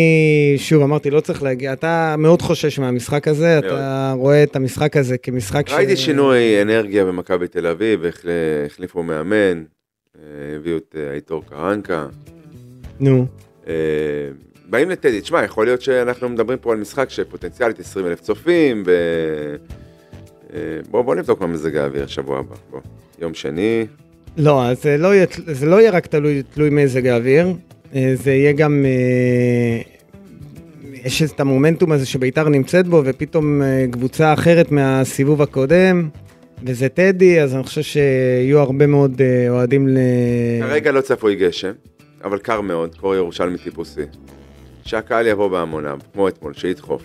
Speaker 2: שוב, אמרתי, לא צריך להגיע. אתה מאוד חושש מהמשחק הזה,
Speaker 3: מאוד.
Speaker 2: אתה רואה את המשחק הזה כמשחק
Speaker 3: ראיתי שינוי אנרגיה במכבי תל אביב, החל- החליפו מאמן, אה, הביאו את אה, הייטור קרנקה.
Speaker 2: נו,
Speaker 3: אה, באים לטדי, תשמע, יכול להיות שאנחנו מדברים פה על משחק שפוטנציאלית 20 אלף צופים, ו... אה, בוא, בוא נבדוק מה מזג האוויר שבוע הבא, בוא. יום שני,
Speaker 2: לא, אז זה לא יהיה, זה לא יהיה רק תלוי, תלוי מזג האוויר, אה, זה יהיה גם... אה, יש את המומנטום הזה שביתר נמצאת בו, ופתאום אה, קבוצה אחרת מהסיבוב הקודם, וזה טדי, אז אני חושב שיהיו הרבה מאוד אה, אוהדים ל...
Speaker 3: כרגע לא צפוי גשם, אבל קר מאוד, קור ירושלמי טיפוסי. שהקהל יבוא בהמוניו, כמו אתמול, שידחוף.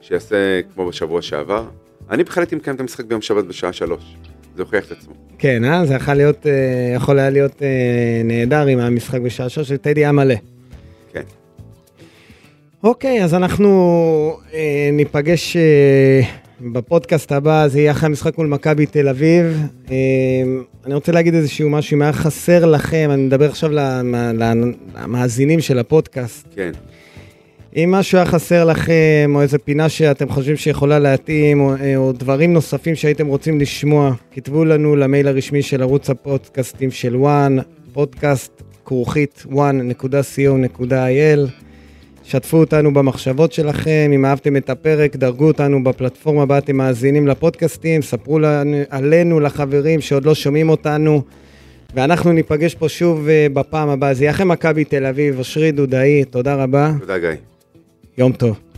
Speaker 3: שיעשה כמו בשבוע שעבר. אני בכלל הייתי מקיים את המשחק ביום שבת בשעה שלוש. זה הוכיח את עצמו.
Speaker 2: כן, אה? זה יכול, להיות, אה, יכול היה להיות אה, נהדר עם המשחק בשעה שלוש, שטדי היה מלא.
Speaker 3: כן.
Speaker 2: אוקיי, אז אנחנו אה, ניפגש אה, בפודקאסט הבא, זה יהיה אחרי המשחק מול מכבי תל אביב. אה, אני רוצה להגיד איזשהו משהו, אם היה חסר לכם, אני מדבר עכשיו למה- למאזינים של הפודקאסט.
Speaker 3: כן.
Speaker 2: אם משהו היה חסר לכם, או איזה פינה שאתם חושבים שיכולה להתאים, או, אה, או דברים נוספים שהייתם רוצים לשמוע, כתבו לנו למייל הרשמי של ערוץ הפודקאסטים של וואן, פודקאסט כרוכית one.co.il. שתפו אותנו במחשבות שלכם, אם אהבתם את הפרק, דרגו אותנו בפלטפורמה בה אתם מאזינים לפודקאסטים, ספרו לנו, עלינו לחברים שעוד לא שומעים אותנו, ואנחנו ניפגש פה שוב אה, בפעם הבאה. זה יהיה אחרי מכבי תל אביב, אושרי דודאי, תודה רבה.
Speaker 3: תודה, גיא.
Speaker 2: יום טוב.